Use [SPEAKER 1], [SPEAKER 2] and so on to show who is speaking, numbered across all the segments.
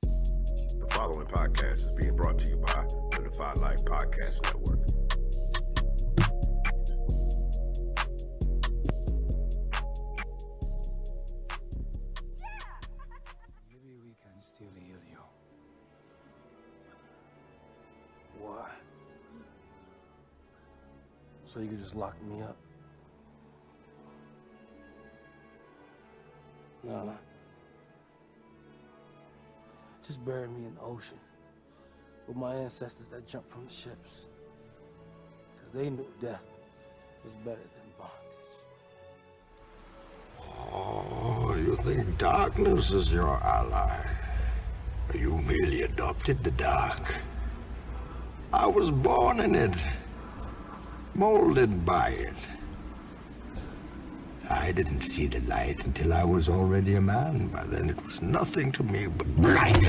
[SPEAKER 1] The following podcast is being brought to you by the Defy Life Podcast Network.
[SPEAKER 2] Maybe we can still heal you. Why? So you could just lock me up? No. Just bury me in the ocean with my ancestors that jumped from the ships. Because they knew death was better than bondage.
[SPEAKER 1] Oh, you think darkness is your ally? You merely adopted the dark. I was born in it, molded by it. I didn't see the light until I was already a man. By then, it was nothing to me but blinding.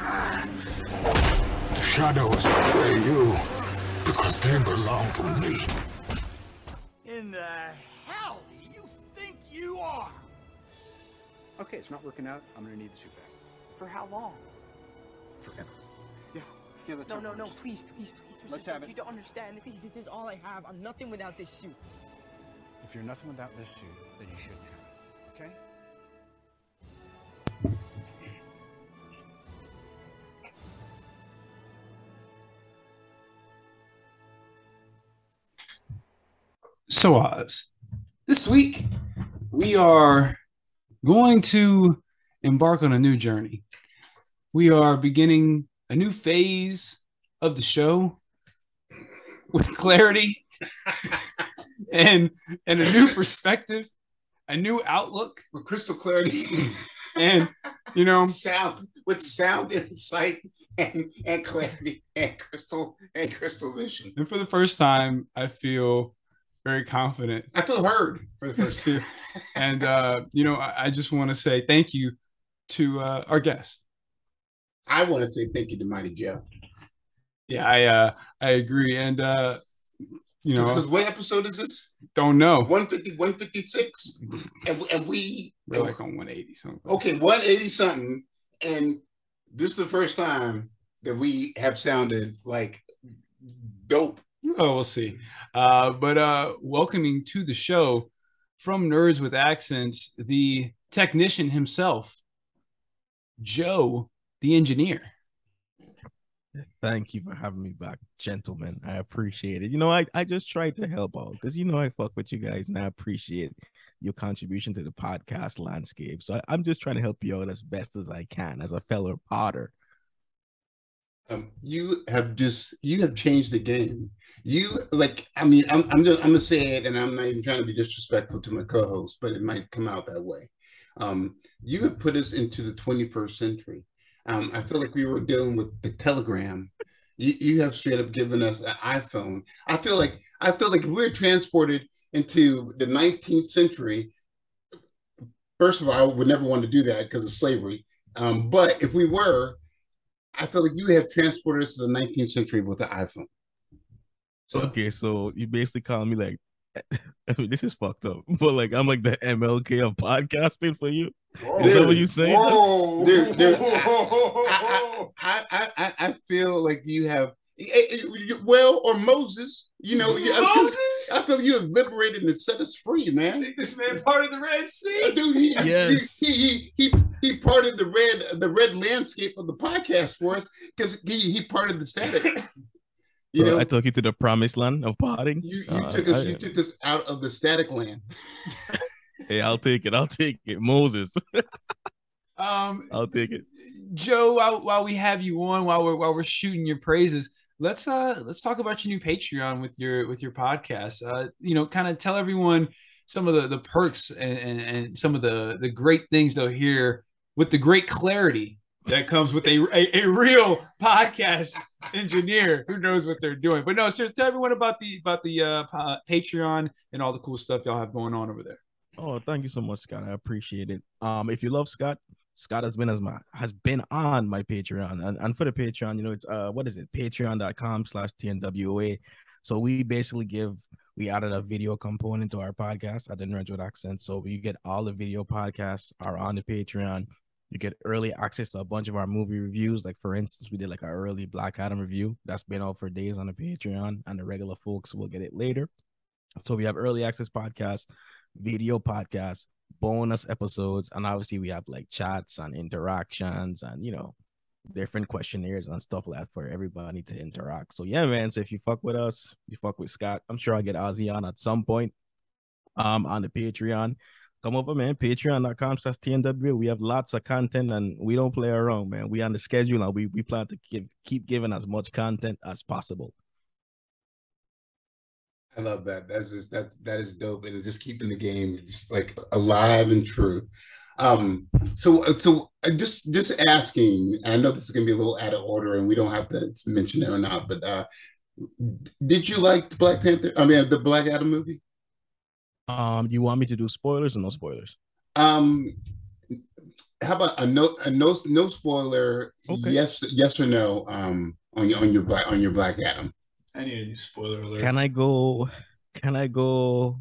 [SPEAKER 1] The shadows betray you because they belong to me.
[SPEAKER 3] In the hell do you think you are?
[SPEAKER 4] Okay, it's not working out. I'm gonna need the suit back.
[SPEAKER 3] For how long?
[SPEAKER 4] Forever. Yeah. Yeah, that's
[SPEAKER 3] No,
[SPEAKER 4] how it
[SPEAKER 3] no, no,
[SPEAKER 4] works.
[SPEAKER 3] please, please, please. please
[SPEAKER 4] Let's
[SPEAKER 3] just-
[SPEAKER 4] have it.
[SPEAKER 3] You don't understand. This, this is all I have. I'm nothing without this suit.
[SPEAKER 4] If you're nothing without this suit, then you shouldn't have it. Okay?
[SPEAKER 5] So, Oz, this week we are going to embark on a new journey. We are beginning a new phase of the show with clarity and and a new perspective, a new outlook,
[SPEAKER 6] with crystal clarity,
[SPEAKER 5] and you know,
[SPEAKER 6] sound with sound insight and and clarity and crystal and crystal vision.
[SPEAKER 5] and for the first time, I feel very confident
[SPEAKER 6] I feel heard for the first time.
[SPEAKER 5] and uh, you know, I, I just want to say thank you to uh, our guest.
[SPEAKER 6] I want to say thank you to Mighty Joe.
[SPEAKER 5] Yeah, I uh, I agree, and uh, you know, Oh.
[SPEAKER 6] Because what episode is this?
[SPEAKER 5] don't know.
[SPEAKER 6] 150, 156? And, and we,
[SPEAKER 5] We're like on 180 something.
[SPEAKER 6] okay, 180 something. And this is the first time that we have sounded like dope.
[SPEAKER 5] Oh, we'll see. Uh, but uh, welcoming to the show from Nerds with Accents, the technician himself, Joe, the engineer.
[SPEAKER 7] Thank you for having me back, gentlemen. I appreciate it. You know, I, I just tried to help out because you know I fuck with you guys and I appreciate your contribution to the podcast landscape. So I, I'm just trying to help you out as best as I can as a fellow potter.
[SPEAKER 6] Um, you have just you have changed the game. You like I mean I'm I'm just I'm gonna say it, and I'm not even trying to be disrespectful to my co-host, but it might come out that way. Um, you have put us into the 21st century. Um, I feel like we were dealing with the telegram. You you have straight up given us an iPhone. I feel like I feel like we're transported into the 19th century. First of all, I would never want to do that because of slavery. Um, but if we were, I feel like you have transported us to the 19th century with the iPhone. So
[SPEAKER 7] Okay, so you basically call me like I mean, this is fucked up, but like I'm like the MLK of podcasting for you. Is that what you saying?
[SPEAKER 6] Whoa. Dude, dude, I, I, I, I, I feel like you have, eh, eh, you- well, or Moses, you know, you- I feel-
[SPEAKER 5] Moses,
[SPEAKER 6] I feel you have liberated and set us free, man.
[SPEAKER 5] make this man part of the Red Sea.
[SPEAKER 6] Dude, he,
[SPEAKER 7] Yes.
[SPEAKER 6] he, he, he, he parted the red the red landscape of the podcast for us because he, he parted the static. You
[SPEAKER 7] Bro,
[SPEAKER 6] know,
[SPEAKER 7] I took you to the promised land of potting.
[SPEAKER 6] you, you
[SPEAKER 7] Uh,
[SPEAKER 6] took us
[SPEAKER 7] I-
[SPEAKER 6] you took us out of the static land.
[SPEAKER 7] hey, I'll take it. I'll take it. Moses,
[SPEAKER 5] Um,
[SPEAKER 7] I'll take it.
[SPEAKER 5] Joe, while, while we have you on, while we're while we're shooting your praises, let's uh let's talk about your new patreon with your with your podcast uh you know kind of tell everyone some of the the perks and, and and some of the the great things they'll hear with the great clarity that comes with a a, a real podcast engineer who knows what they're doing but no seriously tell everyone about the about the uh pa- patreon and all the cool stuff y'all have going on over there
[SPEAKER 7] Oh, thank you so much, Scott. I appreciate it. Um, if you love Scott, Scott has been as my has been on my Patreon. And, and for the Patreon, you know, it's uh what is it? Patreon.com slash TNWA. So we basically give we added a video component to our podcast. I didn't with accent. So you get all the video podcasts are on the Patreon. You get early access to a bunch of our movie reviews. Like for instance, we did like our early Black Adam review. That's been out for days on the Patreon, and the regular folks will get it later. So we have early access podcasts video podcasts, bonus episodes, and obviously we have like chats and interactions and you know different questionnaires and stuff like that for everybody to interact. So yeah, man. So if you fuck with us, you fuck with Scott. I'm sure I'll get Ozzy on at some point. Um on the Patreon. Come over, man. Patreon.com slash TNW. We have lots of content and we don't play around, man. We on the schedule and we, we plan to give, keep giving as much content as possible.
[SPEAKER 6] I love that. That's just that's that is dope, and just keeping the game just like alive and true. Um, so so uh, just just asking, and I know this is gonna be a little out of order, and we don't have to mention it or not, but uh, did you like the Black Panther? I mean, the Black Adam movie?
[SPEAKER 7] Um, you want me to do spoilers or no spoilers?
[SPEAKER 6] Um, how about a no a no no spoiler?
[SPEAKER 7] Okay.
[SPEAKER 6] Yes yes or no? Um, on your on your black on your Black Adam.
[SPEAKER 5] i need a new spoiler alert
[SPEAKER 7] Can I go? Can I go?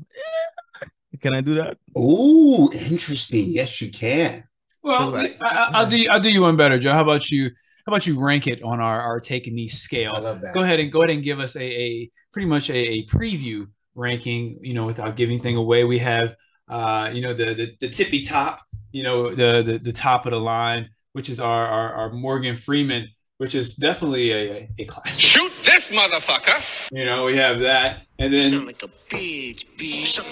[SPEAKER 7] eh, Can I do that?
[SPEAKER 6] Oh, interesting. Yes, you can.
[SPEAKER 5] Well, I,
[SPEAKER 7] Correct.
[SPEAKER 5] I- I'll do I'll do you one better, Joe. How about you? How about you rank it on our our take a knee
[SPEAKER 6] I
[SPEAKER 5] scale?
[SPEAKER 6] love that.
[SPEAKER 5] Go ahead and go ahead and give us a, a pretty much a, a preview ranking. You know, without giving anything away, we have uh, you know the the, the tippy top. You know the, the the top of the line, which is our our, our Morgan Freeman, which is definitely a, a classic.
[SPEAKER 8] Shoot this motherfucker!
[SPEAKER 5] You know, we have that, and
[SPEAKER 8] Sound
[SPEAKER 5] then
[SPEAKER 8] like a bitch, bitch. Shut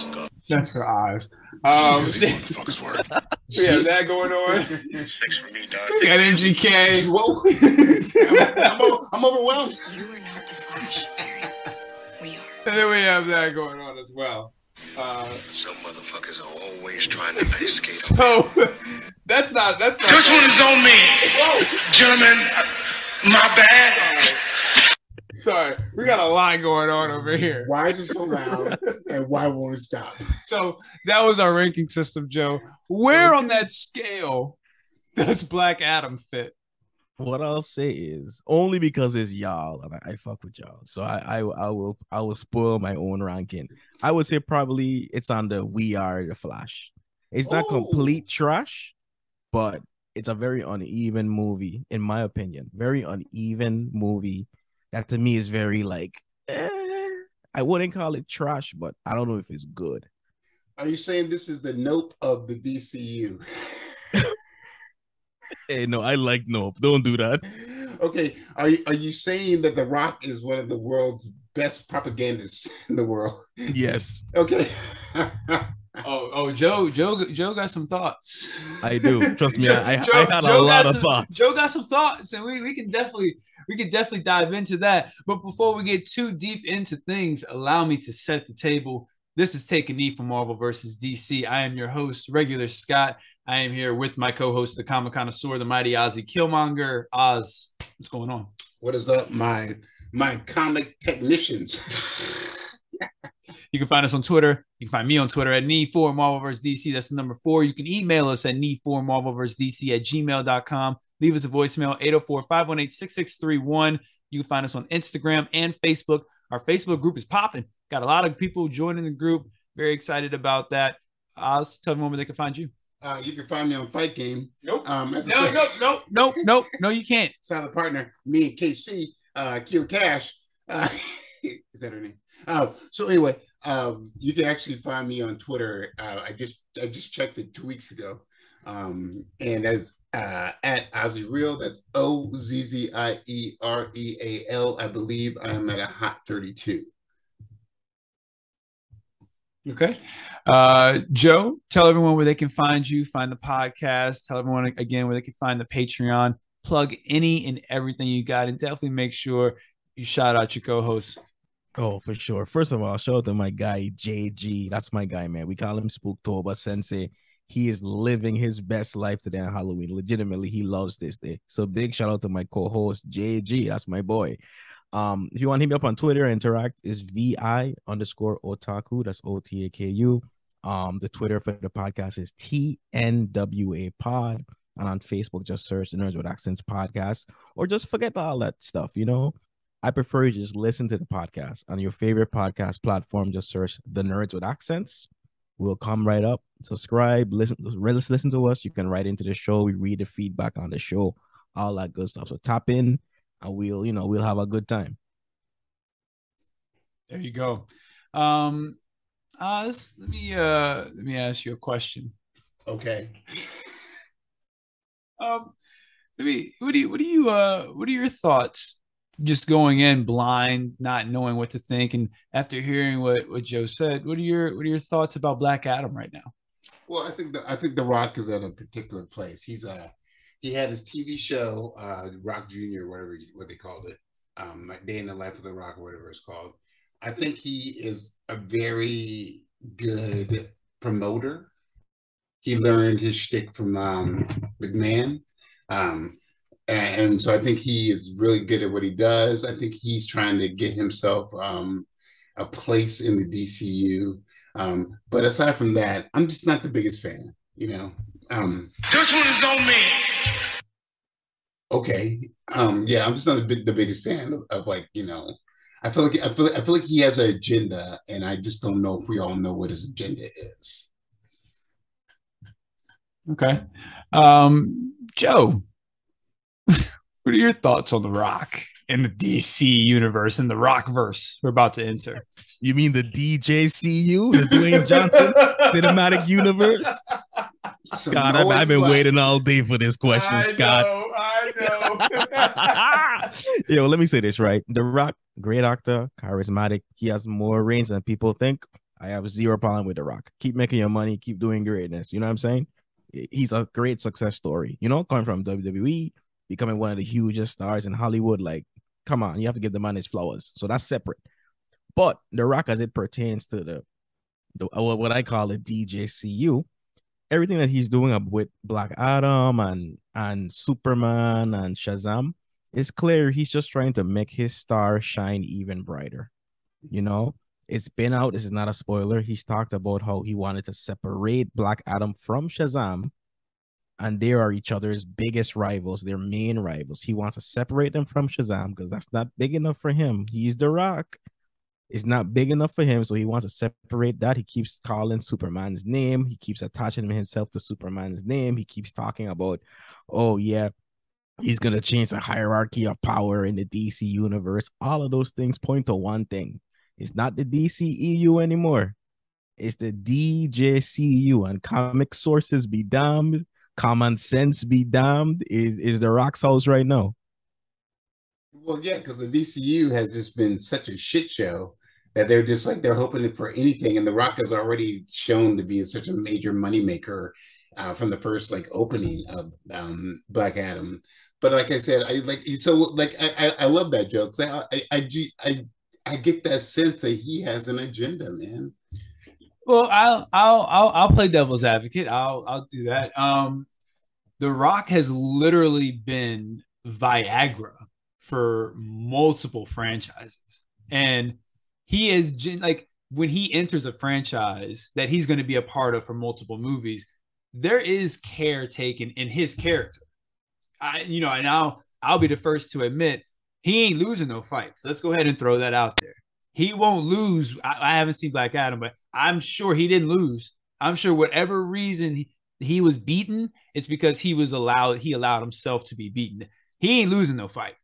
[SPEAKER 8] the fuck up.
[SPEAKER 5] that's for eyes. Um,
[SPEAKER 8] Fuck's worth.
[SPEAKER 5] we have that going on.
[SPEAKER 8] Six for me, dog.
[SPEAKER 5] We got MGK.
[SPEAKER 6] Whoa. I'm, o- I'm overwhelmed.
[SPEAKER 9] You are not the Flash, Barry. We are.
[SPEAKER 5] And then we have that going on as well. Uh,
[SPEAKER 8] Some motherfuckers are always trying to ice skate.
[SPEAKER 5] So that's not that's not.
[SPEAKER 8] This one is on me.
[SPEAKER 5] Whoa,
[SPEAKER 8] Gentlemen, my bad.
[SPEAKER 5] sorry, we got a lot going on over here.
[SPEAKER 6] Why is it so loud? And why won't it stop?
[SPEAKER 5] So that was our ranking system, Joe. Where on that scale does Black Adam fit?
[SPEAKER 7] What I'll say is only because it's y'all and I, I fuck with y'all, so I, I I will I will spoil my own ranking. I would say probably it's on the We Are the Flash. It's not
[SPEAKER 6] Ooh.
[SPEAKER 7] complete trash, but it's a very uneven movie, in my opinion. Very uneven movie that to me is very like eh, I wouldn't call it trash, but I don't know if it's good.
[SPEAKER 6] Are you saying this is the nope of the DCU?
[SPEAKER 7] Hey, no, I like nope. Don't do that.
[SPEAKER 6] Okay. Are you, are you saying that The Rock is one of the world's best propagandists in the world?
[SPEAKER 7] Yes,
[SPEAKER 6] Okay.
[SPEAKER 5] Oh, oh, Joe, Joe, Joe got some thoughts.
[SPEAKER 7] I do. Trust me, I, I,
[SPEAKER 5] Joe-
[SPEAKER 7] I had
[SPEAKER 5] Joe
[SPEAKER 7] a lot
[SPEAKER 5] got
[SPEAKER 7] of
[SPEAKER 5] some-
[SPEAKER 7] thoughts.
[SPEAKER 5] Joe got some thoughts, and we, we can definitely we can definitely dive into that. But before we get too deep into things, allow me to set the table. This is Take a Knee for Marvel versus DC. I am your host, regular Scott. I am here with my co-host, the comic connoisseur, the mighty Ozzy Killmonger. Oz, what's going on?
[SPEAKER 6] what is up, my my comic technicians?
[SPEAKER 5] You can find us on Twitter. You can find me on Twitter at knee 4 Marvel vs. DC. That's the number four. You can email us at knee 4 Marvel vs. DC at gmail.com. Leave us a voicemail, 804 518 6631. You can find us on Instagram and Facebook. Our Facebook group is popping. Got a lot of people joining the group. Very excited about that. Oz, tell everyone where they can find you.
[SPEAKER 6] Uh, you can find me on Fight Game.
[SPEAKER 5] Nope.
[SPEAKER 6] Um, as I
[SPEAKER 5] No,
[SPEAKER 6] said-
[SPEAKER 5] no, no, no, no, no, you can't.
[SPEAKER 6] silent partner, me and KC, uh, Keel Cash. Uh, is that her name? Oh, so anyway, um, you can actually find me on Twitter. Uh, I just I just checked it two weeks ago, um, and that's uh, at Ozzy Real. That's O Z Z I E R E A L. I believe I'm at a hot thirty-two.
[SPEAKER 5] Okay. Uh, Joe, tell everyone where they can find you, find the podcast, tell everyone again where they can find the Patreon, plug any and everything you got, and definitely make sure you shout out your co-host.
[SPEAKER 7] Oh, for sure. First of all, shout out to my guy JG. That's my guy, man. We call him Spooktober Sensei. He is living his best life today on Halloween. Legitimately, he loves this day. So big shout out to my co-host JG. That's my boy. Um, if you want to hit me up on Twitter, interact is vi underscore otaku. That's O T A K U. Um, the Twitter for the podcast is TNWA Pod, and on Facebook, just search the Nerds with Accents Podcast, or just forget all that stuff. You know, I prefer you just listen to the podcast on your favorite podcast platform. Just search the Nerds with Accents. We'll come right up. Subscribe, listen, let's listen to us. You can write into the show. We read the feedback on the show, all that good stuff. So tap in and we'll you know we'll have a good time
[SPEAKER 5] There you go. Um, uh, this, let me uh, let me ask you a question.
[SPEAKER 6] Okay.
[SPEAKER 5] Um, let me. What do you? What do you? Uh, what are your thoughts? Just going in blind, not knowing what to think, and after hearing what what Joe said, what are your what are your thoughts about Black Adam right now?
[SPEAKER 6] Well, I think the, I think The Rock is at a particular place. He's uh he had his TV show, uh, Rock Junior, whatever you- what they called it, um, like Day in the Life of the Rock, or whatever it's called. I think he is a very good promoter. He learned his shtick from um, McMahon, um, and, and so I think he is really good at what he does. I think he's trying to get himself um, a place in the DCU. Um, but aside from that, I'm just not the biggest fan. You know, um,
[SPEAKER 8] This one is on me.
[SPEAKER 6] okay, um, yeah, I'm just not the, big, the biggest fan of, of like you know. I feel like I feel, I feel like he has an agenda, and I just don't know if we all know what his agenda is.
[SPEAKER 5] Okay, um, Joe, what are your thoughts on The Rock in the DC universe in the Rock verse we're about to enter?
[SPEAKER 7] you mean the djcu the dwayne johnson cinematic universe
[SPEAKER 6] So
[SPEAKER 7] scott I've,
[SPEAKER 6] knowing
[SPEAKER 7] I've been
[SPEAKER 6] what-
[SPEAKER 7] waiting all day for this question scott
[SPEAKER 5] I
[SPEAKER 7] Yo, let me say this right. The Rock, great actor, charismatic. He has more range than people think. I have zero problem with The Rock. Keep making your money, keep doing greatness. You know what I'm saying? He's a great success story. You know, coming from WWE, becoming one of the hugest stars in Hollywood. Like, come on, you have to give the man his flowers. So that's separate. But The Rock, as it pertains to the, the uh, what I call the DJCU, everything that he's doing up with Black Adam and and Superman and Shazam, it's clear he's just trying to make his star shine even brighter. You know, it's been out. This is not a spoiler. He's talked about how he wanted to separate Black Adam from Shazam, and they are each other's biggest rivals, their main rivals. He wants to separate them from Shazam because that's not big enough for him. He's the rock. It's not big enough for him, so he wants to separate that. He keeps calling Superman's name. He keeps attaching himself to Superman's name. He keeps talking about, oh yeah, he's going to change the hierarchy of power in the DC universe. All of those things point to one thing. It's not the DCEU anymore. It's the DJCU E and comic sources be damned, common sense be damned is is the Rock's house right now.
[SPEAKER 6] Well, yeah, because the DCU has just been such a shit show that they're just like they're hoping for anything, and The Rock has already shown to be such a major moneymaker uh, from the first like opening of um, Black Adam. But like I said, I like so like I I, I love that joke. 'cause I, I I do- I I get that sense that he has an agenda, man.
[SPEAKER 5] Well, I'll I'll I'll, I'll play devil's advocate. I'll I'll do that. Um, the Rock has literally been Viagra for multiple franchises, and he is gen- like when he enters a franchise that he's going to be a part of for multiple movies, there is care taken in his character. I you know, and I'll I'll be the first to admit he ain't losing no fights. Let's go ahead and throw that out there he won't lose. I, I haven't seen Black Adam, but I'm sure he didn't lose. I'm sure whatever reason he, he was beaten, it's because he was allowed. He allowed himself to be beaten. He ain't losing no fight.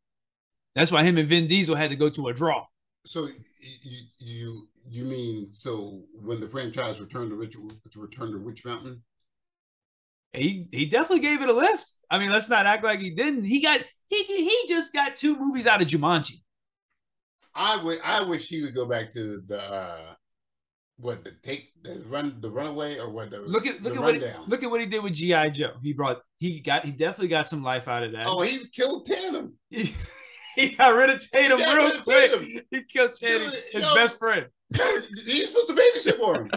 [SPEAKER 5] That's why him and Vin Diesel had to go to a draw.
[SPEAKER 6] So you you you mean so when the franchise returned to Rich returned to Witch Mountain?
[SPEAKER 5] He he definitely gave it a lift. I mean, let's not act like he didn't. He got he he just got two movies out of Jumanji.
[SPEAKER 6] I would. I wish he would go back to the uh, what the take the run the runaway or what the
[SPEAKER 5] Look at look
[SPEAKER 6] the
[SPEAKER 5] at what he,
[SPEAKER 6] rundown.
[SPEAKER 5] look at what he did with GI Joe. He brought he got he definitely got some life out of that.
[SPEAKER 6] oh he killed Oh, Tatum.
[SPEAKER 5] he he got rid of Tatum
[SPEAKER 6] He got
[SPEAKER 5] real
[SPEAKER 6] rid of
[SPEAKER 5] quick.
[SPEAKER 6] Tatum.
[SPEAKER 5] He killed Channing,
[SPEAKER 6] Dude,
[SPEAKER 5] his
[SPEAKER 6] yo.
[SPEAKER 5] best friend.
[SPEAKER 6] He's supposed to babysit for him.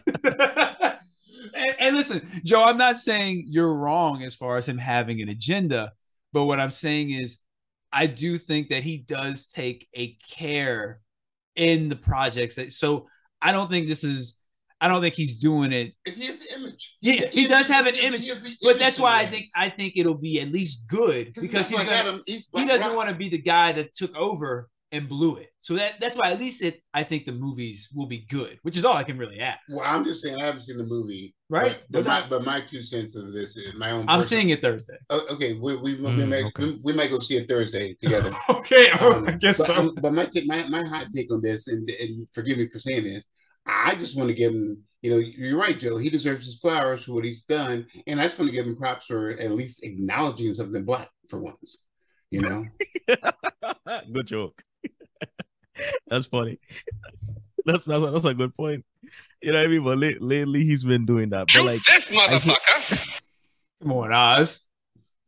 [SPEAKER 5] and, and listen, Joe, I'm not saying you're wrong as far as him having an agenda, but what I'm saying is I do think that he does take a care in the projects that so I don't think this is I don't think he's doing it.
[SPEAKER 6] If he has the image.
[SPEAKER 5] Yeah, he does have an
[SPEAKER 6] If he
[SPEAKER 5] image,
[SPEAKER 6] has the
[SPEAKER 5] But that's
[SPEAKER 6] image
[SPEAKER 5] why I
[SPEAKER 6] in
[SPEAKER 5] think
[SPEAKER 6] there.
[SPEAKER 5] I think it'll be at least good because he's
[SPEAKER 6] not
[SPEAKER 5] gonna,
[SPEAKER 6] like Adam. He's
[SPEAKER 5] he
[SPEAKER 6] Black
[SPEAKER 5] doesn't
[SPEAKER 6] Rock.
[SPEAKER 5] want to be the guy that took over and blew it. So that that's why at least it I think the movies will be good, which is all I can really ask.
[SPEAKER 6] Well, I'm just saying I haven't seen the movie,
[SPEAKER 5] Right.
[SPEAKER 6] But, but my but my two cents of this is my own.
[SPEAKER 5] I'm
[SPEAKER 6] personal-
[SPEAKER 5] seeing it Thursday.
[SPEAKER 6] Oh, okay, we we, we,
[SPEAKER 7] Mm,
[SPEAKER 6] might,
[SPEAKER 7] okay.
[SPEAKER 6] we, we might go see it Thursday together.
[SPEAKER 5] Hmm, Okay,
[SPEAKER 6] Um,
[SPEAKER 5] I guess
[SPEAKER 6] but,
[SPEAKER 5] so.
[SPEAKER 6] um, but my, take- my my hot take on this, and, and forgive me for saying this, I just want to give him. You know, you're right, Joe. He deserves his flowers for what he's done, and I just want to give him props for at least acknowledging something black for once. You know,
[SPEAKER 7] good joke. that's funny. That's, that's a- that's a good point. You know what I mean? But la- lately he's been doing that. But like,
[SPEAKER 8] this
[SPEAKER 7] motherfucker.
[SPEAKER 5] Come on, Oz.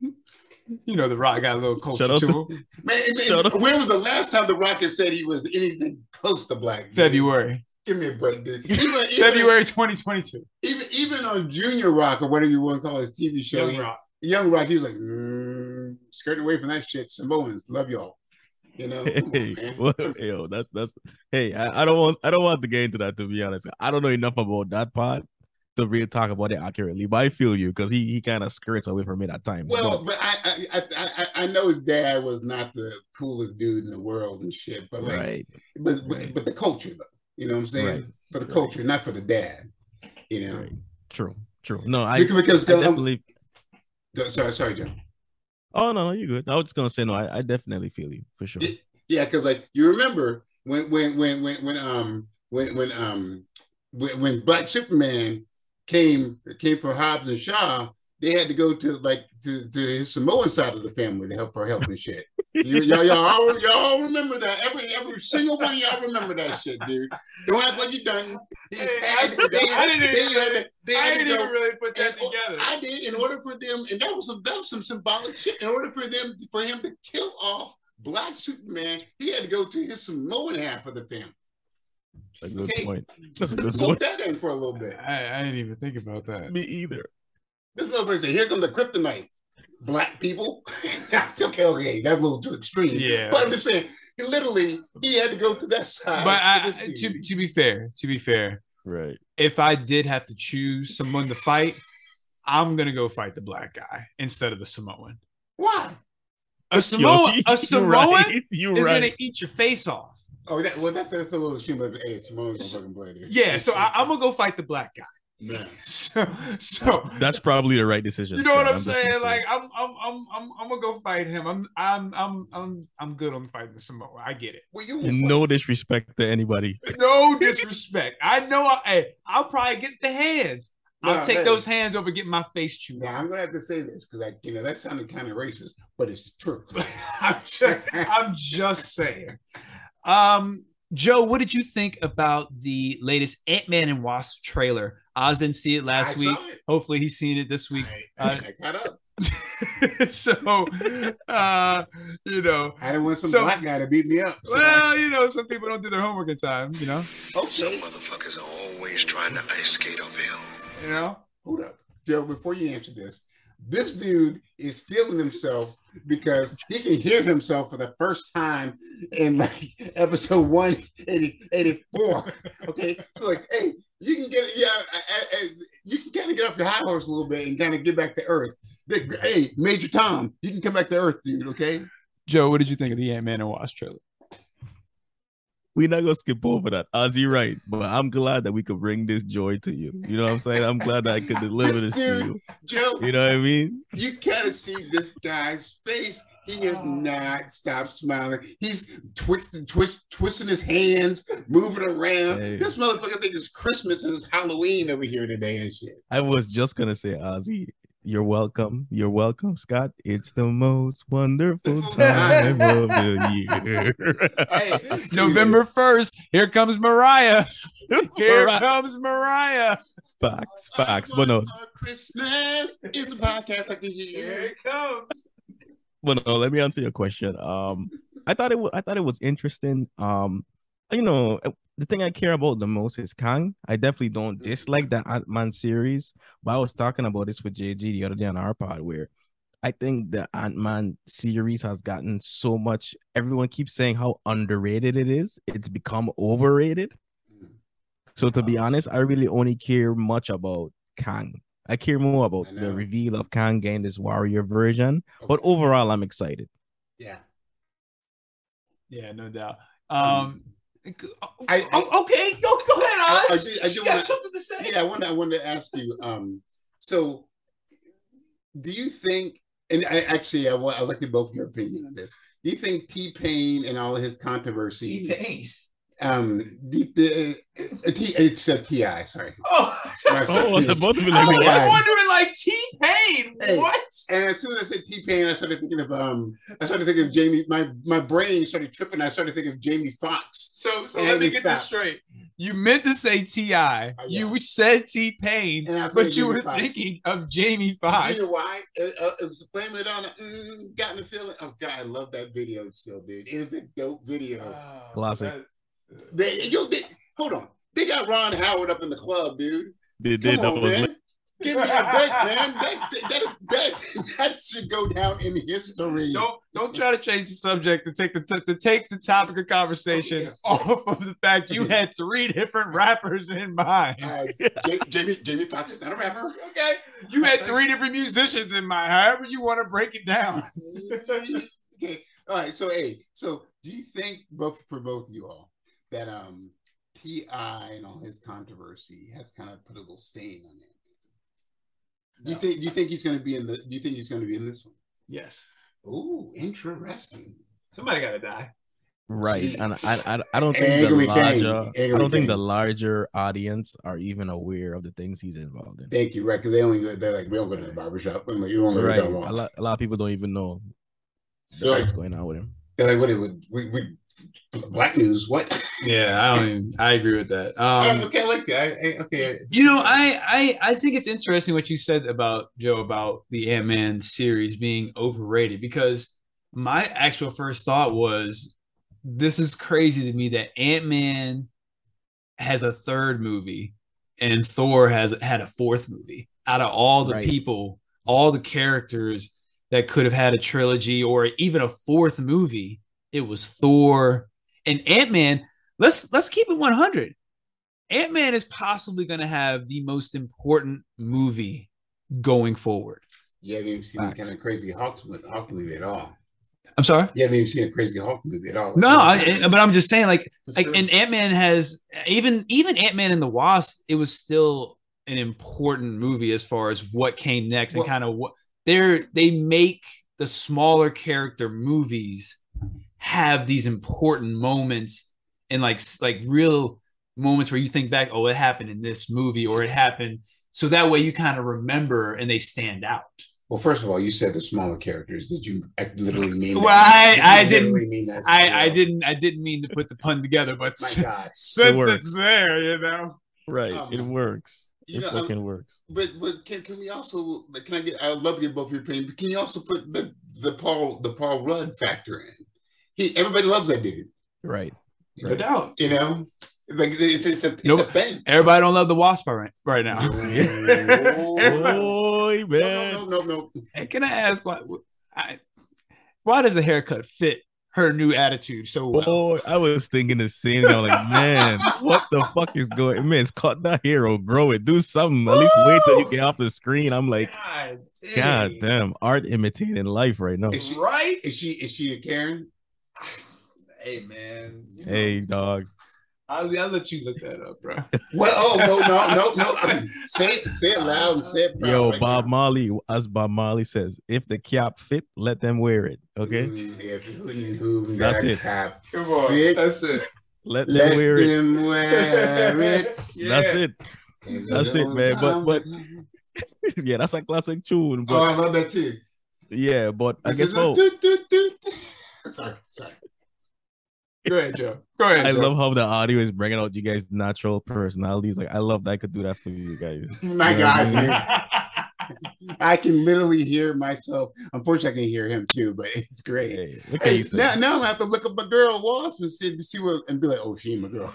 [SPEAKER 5] You know the rock got a little
[SPEAKER 7] Shut
[SPEAKER 5] culture
[SPEAKER 7] up.
[SPEAKER 5] to him.
[SPEAKER 6] man, I mean,
[SPEAKER 7] Shut up.
[SPEAKER 6] when was the last time the Rocket said he was anything close to black? dude?
[SPEAKER 5] February.
[SPEAKER 6] Give me a break, dude. Even, even-
[SPEAKER 5] February 2022.
[SPEAKER 6] even even on Junior Rock or whatever you want to call his TV show,
[SPEAKER 5] Young
[SPEAKER 6] he-
[SPEAKER 5] Rock.
[SPEAKER 6] Young Rock, he was like, mm, skirting away from that shit. Samoans, love y'all. You know, come on,
[SPEAKER 7] hey,
[SPEAKER 6] man.
[SPEAKER 7] well, yo, that's that's. Hey, I, I don't want I don't want to get into that. To be honest, I don't know enough about that part to really talk about it accurately. But I feel you because he he kind of skirts away from it at times.
[SPEAKER 6] Well, but
[SPEAKER 7] but-
[SPEAKER 6] I, I I I I know his dad was not the coolest dude in the world and shit, but like,
[SPEAKER 7] right,
[SPEAKER 6] but, but
[SPEAKER 7] right.
[SPEAKER 6] but the culture though, you know what I'm saying?
[SPEAKER 7] right,
[SPEAKER 6] For the
[SPEAKER 7] right.
[SPEAKER 6] culture, not for the dad. You know,
[SPEAKER 7] right. True, true. No, I, I
[SPEAKER 6] because, because um,
[SPEAKER 7] definitely.
[SPEAKER 6] go- sorry, sorry, John.
[SPEAKER 7] Oh no, no, you're good. I was just gonna say no. I, I definitely feel you for sure.
[SPEAKER 6] Yeah, because like you remember when when when when when um when when um when, when Black Superman came came for Hobbs and Shaw, they had to go to like to, to his Samoan side of the family to help for help and shit. You, y'all, y'all, all, y'all all remember that. Every every single one of y'all remember that shit, dude. Don't act like you done. They,
[SPEAKER 5] Hey,
[SPEAKER 6] had-
[SPEAKER 5] I-
[SPEAKER 6] they
[SPEAKER 5] I didn't
[SPEAKER 6] had- they
[SPEAKER 5] even-
[SPEAKER 6] had to- they
[SPEAKER 5] I
[SPEAKER 6] had to
[SPEAKER 5] didn't
[SPEAKER 6] go.
[SPEAKER 5] even really put that
[SPEAKER 6] And- oh,
[SPEAKER 5] together.
[SPEAKER 6] I did in order for them, and that was some that was some symbolic shit. In order for them for him to kill off Black Superman, he had to go to his Samoan half of the family.
[SPEAKER 7] That's a good
[SPEAKER 6] Okay.
[SPEAKER 7] point. That's a good
[SPEAKER 6] Soak
[SPEAKER 7] point.
[SPEAKER 6] that in for a little bit.
[SPEAKER 5] I, I didn't even think about that.
[SPEAKER 7] Me either.
[SPEAKER 6] This motherfucker said, "Here comes the kryptonite, black people." okay, okay, that's a little too extreme.
[SPEAKER 5] Yeah.
[SPEAKER 6] but I'm just saying, he literally he had to go to that side.
[SPEAKER 5] But I,
[SPEAKER 6] this dude.
[SPEAKER 5] to, to be fair, to be fair,
[SPEAKER 7] Right.
[SPEAKER 5] if I did have to choose someone to fight, I'm gonna go fight the black guy instead of the Samoan.
[SPEAKER 6] why?
[SPEAKER 5] A Samoan, a Samoan
[SPEAKER 7] You're
[SPEAKER 5] is
[SPEAKER 7] right.
[SPEAKER 5] gonna eat your face off.
[SPEAKER 6] Oh, that, well, that's that's a little extreme. But hey, Samoan's gonna fucking play dude.
[SPEAKER 5] Yeah, so I, I'm gonna go fight the black guy.
[SPEAKER 6] Nah.
[SPEAKER 5] So, so
[SPEAKER 7] That's probably the right decision.
[SPEAKER 5] You know what
[SPEAKER 7] Scott.
[SPEAKER 5] I'm
[SPEAKER 7] just gonna
[SPEAKER 5] saying?
[SPEAKER 7] say.
[SPEAKER 5] Like I'm I'm I'm I'm I'm gonna go fight him. I'm I'm I'm I'm I'm good on fighting the Samoa. I get it.
[SPEAKER 6] Well, you
[SPEAKER 7] no disrespect to anybody.
[SPEAKER 5] No disrespect. I know I hey, I'll probably get the hands. I'll
[SPEAKER 6] Nah,
[SPEAKER 5] take
[SPEAKER 6] hey.
[SPEAKER 5] those hands over getting my face chewed.
[SPEAKER 6] Now I'm gonna have to say this because I, you know, that sounded kind of racist, but it's true.
[SPEAKER 5] I'm just, I'm just saying. Um, Joe, what did you think about the latest Ant Man and Wasp trailer? Oz didn't see it last
[SPEAKER 6] I
[SPEAKER 5] week.
[SPEAKER 6] saw it.
[SPEAKER 5] Hopefully, he's seen it this week.
[SPEAKER 6] I,
[SPEAKER 5] uh,
[SPEAKER 6] I caught up.
[SPEAKER 5] so, uh, you know,
[SPEAKER 6] I didn't want some
[SPEAKER 5] so-
[SPEAKER 6] black guy to beat me up. so I-
[SPEAKER 5] Well, you know, some people don't do their homework in time. You know,
[SPEAKER 8] Some
[SPEAKER 6] okay,
[SPEAKER 8] motherfuckers are always trying to ice skate uphill.
[SPEAKER 5] you know.
[SPEAKER 6] hold up, Joe. Before you answer this, this dude is feeling himself because he can hear himself for the first time in like episode 184. Okay, so like, hey, you can get yeah, I, I- I- you can kind of get off your high horse a little bit and kind of get back to earth. Hey, Major Tom, you can come back to earth, dude. Okay.
[SPEAKER 5] Joe, what did you think of the Ant Man and Wasp trailer?
[SPEAKER 7] We're not gonna skip over that. Oz, you're right. But I'm glad that we could bring this joy to you. You know what I'm saying? I'm glad that I could deliver
[SPEAKER 6] This
[SPEAKER 7] this to
[SPEAKER 6] dude-
[SPEAKER 7] you.
[SPEAKER 6] Joe,
[SPEAKER 7] You know what I mean?
[SPEAKER 6] you gotta see this guy's face. He has not stopped smiling. He's twisting, twist, twisting his hands, moving around.
[SPEAKER 7] Hey.
[SPEAKER 6] This motherfucker think it's Christmas and it's Halloween over here today and shit.
[SPEAKER 7] I was just gonna say, Ozzy, you're welcome. You're welcome, Scott. It's the most wonderful time of the year.
[SPEAKER 5] Hey, November first, here comes Mariah. Here
[SPEAKER 7] Mariah.
[SPEAKER 5] comes Mariah.
[SPEAKER 7] facts,
[SPEAKER 6] All I
[SPEAKER 7] facts. But no,
[SPEAKER 6] want for Christmas is a podcast I can hear.
[SPEAKER 5] it comes.
[SPEAKER 7] Well, no, let me answer your question. Um, I thought it was I thought it was interesting. Um, you know, eh, the thing I care about the most is Kang. I definitely don't dislike the Ant Man series, but I was talking about this with JG the other day on our pod where I think the Ant Man series has gotten so much. Everyone keeps saying how underrated it is. It's become overrated. So to be honest, I really only care much about Kang. I care more about the reveal of Kang and this warrior version. But overall, I'm excited.
[SPEAKER 6] Yeah.
[SPEAKER 5] Yeah, no doubt. Um,
[SPEAKER 6] Mm.
[SPEAKER 5] I,
[SPEAKER 10] oh,
[SPEAKER 5] I, okay, go, go ahead, Oz.
[SPEAKER 6] I do- I do
[SPEAKER 5] you
[SPEAKER 6] wanna-
[SPEAKER 5] have something to say?
[SPEAKER 6] Yeah, I wanted I wanted to ask you. Um, so do you think? And I actually I want I like to both your opinion on this. Do you think T Pain and all of his controversy?
[SPEAKER 10] T-Pain?
[SPEAKER 6] Um, the, the, uh, T, except Ti. Sorry.
[SPEAKER 10] Oh,
[SPEAKER 6] Myself, yes. Oh,
[SPEAKER 10] I was
[SPEAKER 6] yeah.
[SPEAKER 10] wondering, like T Pain.
[SPEAKER 6] Hey,
[SPEAKER 10] What?
[SPEAKER 6] And as soon as I said T Pain, I started thinking of um, I started thinking of Jamie. My my brain started tripping. I started thinking of Jamie Foxx.
[SPEAKER 10] So so
[SPEAKER 6] And
[SPEAKER 10] let me
[SPEAKER 6] it
[SPEAKER 10] get
[SPEAKER 6] stopped.
[SPEAKER 10] this straight. You meant to say Ti. You said T Pain,
[SPEAKER 6] I said
[SPEAKER 10] but you
[SPEAKER 6] Jamie
[SPEAKER 10] were
[SPEAKER 6] Foxx.
[SPEAKER 10] thinking uh, of Jamie Foxx.
[SPEAKER 6] You know why? Uh, uh, it was Blame It On. Mm, got me feeling. Oh God, I love that video still, dude. It is a dope video.
[SPEAKER 10] Uh,
[SPEAKER 7] Classic.
[SPEAKER 6] They, yo, they, hold on. They got Ron Howard up in the club, dude.
[SPEAKER 7] They
[SPEAKER 6] Come on, man. Give me a break, man. That, that, that, is, that, that should go down in history.
[SPEAKER 10] Don't don't try to change the subject to take the t- to take the topic of conversation off of the fact you had three different rappers in mind.
[SPEAKER 6] Ja- Jamie Jamie Foxx is not a rapper.
[SPEAKER 10] Okay, you had three different musicians in mind. However, you want to break it down.
[SPEAKER 6] okay. All right. So, hey, so do you think both for both of you all that um Ti and all his controversy has kind of put a little stain on it? Do you think? Do you think he's going to be in the? Do you think he's going to be in this one?
[SPEAKER 10] Yes.
[SPEAKER 6] Oh, interesting.
[SPEAKER 10] Somebody got to die.
[SPEAKER 7] Right. And I, I I don't
[SPEAKER 6] Jeez.
[SPEAKER 7] think the
[SPEAKER 6] Angry Kang.
[SPEAKER 7] larger I
[SPEAKER 6] Angry
[SPEAKER 7] don't think the
[SPEAKER 6] Kang.
[SPEAKER 7] larger audience are even aware of the things he's involved in.
[SPEAKER 6] Thank you, right? Because they only go- they're like we don't go to the barbershop. I'm like you only
[SPEAKER 7] Right.
[SPEAKER 6] go
[SPEAKER 7] A
[SPEAKER 6] to the
[SPEAKER 7] lot, a lot of people don't even know the
[SPEAKER 6] Right.
[SPEAKER 7] what's going on with him.
[SPEAKER 6] They're like what it would we, we black news what?
[SPEAKER 10] Yeah, I don't. Even, I agree with that.
[SPEAKER 6] Alright,
[SPEAKER 10] Um,
[SPEAKER 6] okay, I like that. I, I, okay,
[SPEAKER 5] You know, I, I I think it's interesting what you said about Joe about the Ant Man series being overrated because my actual first thought was this is crazy to me that Ant Man has a third movie and Thor has had a fourth movie out of all the
[SPEAKER 7] Right.
[SPEAKER 5] people, all the characters that could have had a trilogy or even a fourth movie. It was Thor and Ant Man. Let's let's keep it 100. Ant Man is possibly going to have the most important movie going forward.
[SPEAKER 6] you haven't even seen
[SPEAKER 5] Facts.
[SPEAKER 6] kind of crazy Hawk, Hawk movie at all.
[SPEAKER 5] I'm sorry.
[SPEAKER 6] You haven't even seen a Crazy Hawk movie at all.
[SPEAKER 5] No, I, I- but I'm just saying, like,
[SPEAKER 6] That's
[SPEAKER 5] like,
[SPEAKER 6] true.
[SPEAKER 5] and Ant Man has even even Ant Man and the Wasp. It was still an important movie as far as what came next and
[SPEAKER 6] Well-
[SPEAKER 5] kind of what they're they make the smaller character movies have these important moments and like s- like real moments where you think back, oh, it happened in this movie or it happened. So that way you kind of remember and they stand out.
[SPEAKER 6] well, first of all, you said the smaller characters. Did you I literally mean?
[SPEAKER 5] Well,
[SPEAKER 6] that?
[SPEAKER 5] I, I
[SPEAKER 6] You
[SPEAKER 5] didn't.
[SPEAKER 6] literally mean that?
[SPEAKER 5] I, I didn't. I didn't mean to put the pun together, but
[SPEAKER 6] My God.
[SPEAKER 10] Since
[SPEAKER 7] works.
[SPEAKER 10] it's there, you know.
[SPEAKER 7] Right.
[SPEAKER 6] Um,
[SPEAKER 7] it works.
[SPEAKER 6] you
[SPEAKER 7] It
[SPEAKER 6] know, I-
[SPEAKER 7] fucking works.
[SPEAKER 6] But but can, can we also like, can I get? I would love to get both your opinion. But can you also put the the Paul the Paul Rudd factor in? He everybody loves that dude.
[SPEAKER 7] Right.
[SPEAKER 5] no doubt.
[SPEAKER 6] You know, like it's it's a it's
[SPEAKER 5] Nope.
[SPEAKER 6] a thing.
[SPEAKER 5] Everybody don't love the Wasp right, right now.
[SPEAKER 6] no,
[SPEAKER 7] Boy, man.
[SPEAKER 6] no, no, no, no.
[SPEAKER 10] Hey, can I ask why? I, why does a haircut fit her new attitude so well?
[SPEAKER 7] Boy, I was thinking the same. thing. I'm like, man, what the fuck is going? Man, it's cut that hero, grow it, do something. At least wait till you get off the screen. I'm like,
[SPEAKER 10] God, dang.
[SPEAKER 7] god damn, art imitating life right now.
[SPEAKER 6] Is she,
[SPEAKER 10] right?
[SPEAKER 6] is she is she a Karen?
[SPEAKER 10] Hey man, you know,
[SPEAKER 7] Hey, dog.
[SPEAKER 10] I'll, I'll let you look that up, bro.
[SPEAKER 6] Well, oh no, no, no, no. say it, say it loud and say it. proud
[SPEAKER 7] Yo,
[SPEAKER 6] right
[SPEAKER 7] Bob
[SPEAKER 6] now.
[SPEAKER 7] Marley, as Bob Marley says, if the cap fit, let them wear it. Okay,
[SPEAKER 6] Mm, If you and whom
[SPEAKER 7] That's
[SPEAKER 6] that
[SPEAKER 7] it.
[SPEAKER 6] cap
[SPEAKER 10] Come on,
[SPEAKER 6] Fit.
[SPEAKER 10] that's it.
[SPEAKER 7] let them
[SPEAKER 6] Let
[SPEAKER 7] wear it.
[SPEAKER 6] them wear it.
[SPEAKER 7] That's
[SPEAKER 10] Yeah.
[SPEAKER 7] it. That's it, man. But but yeah, that's a classic tune.
[SPEAKER 6] oh,
[SPEAKER 7] But
[SPEAKER 6] I love that too.
[SPEAKER 7] yeah, but I
[SPEAKER 6] This
[SPEAKER 7] guess
[SPEAKER 6] is a
[SPEAKER 7] well,
[SPEAKER 6] doot, doot, doot. Sorry, sorry.
[SPEAKER 10] Go ahead, Joe. Go ahead.
[SPEAKER 7] I
[SPEAKER 10] Joe.
[SPEAKER 7] love how the audio is bringing out you guys' natural personalities. Like I love that I could do that for you guys.
[SPEAKER 6] My
[SPEAKER 7] Yeah,
[SPEAKER 6] God,
[SPEAKER 7] man.
[SPEAKER 6] dude. I can literally hear myself. Unfortunately, I can hear him too, but it's great.
[SPEAKER 7] okay,
[SPEAKER 6] Hey,
[SPEAKER 7] so-
[SPEAKER 6] now, now I have to look up my girl Wasp and see, see what and be like, oh, she ain't my girl.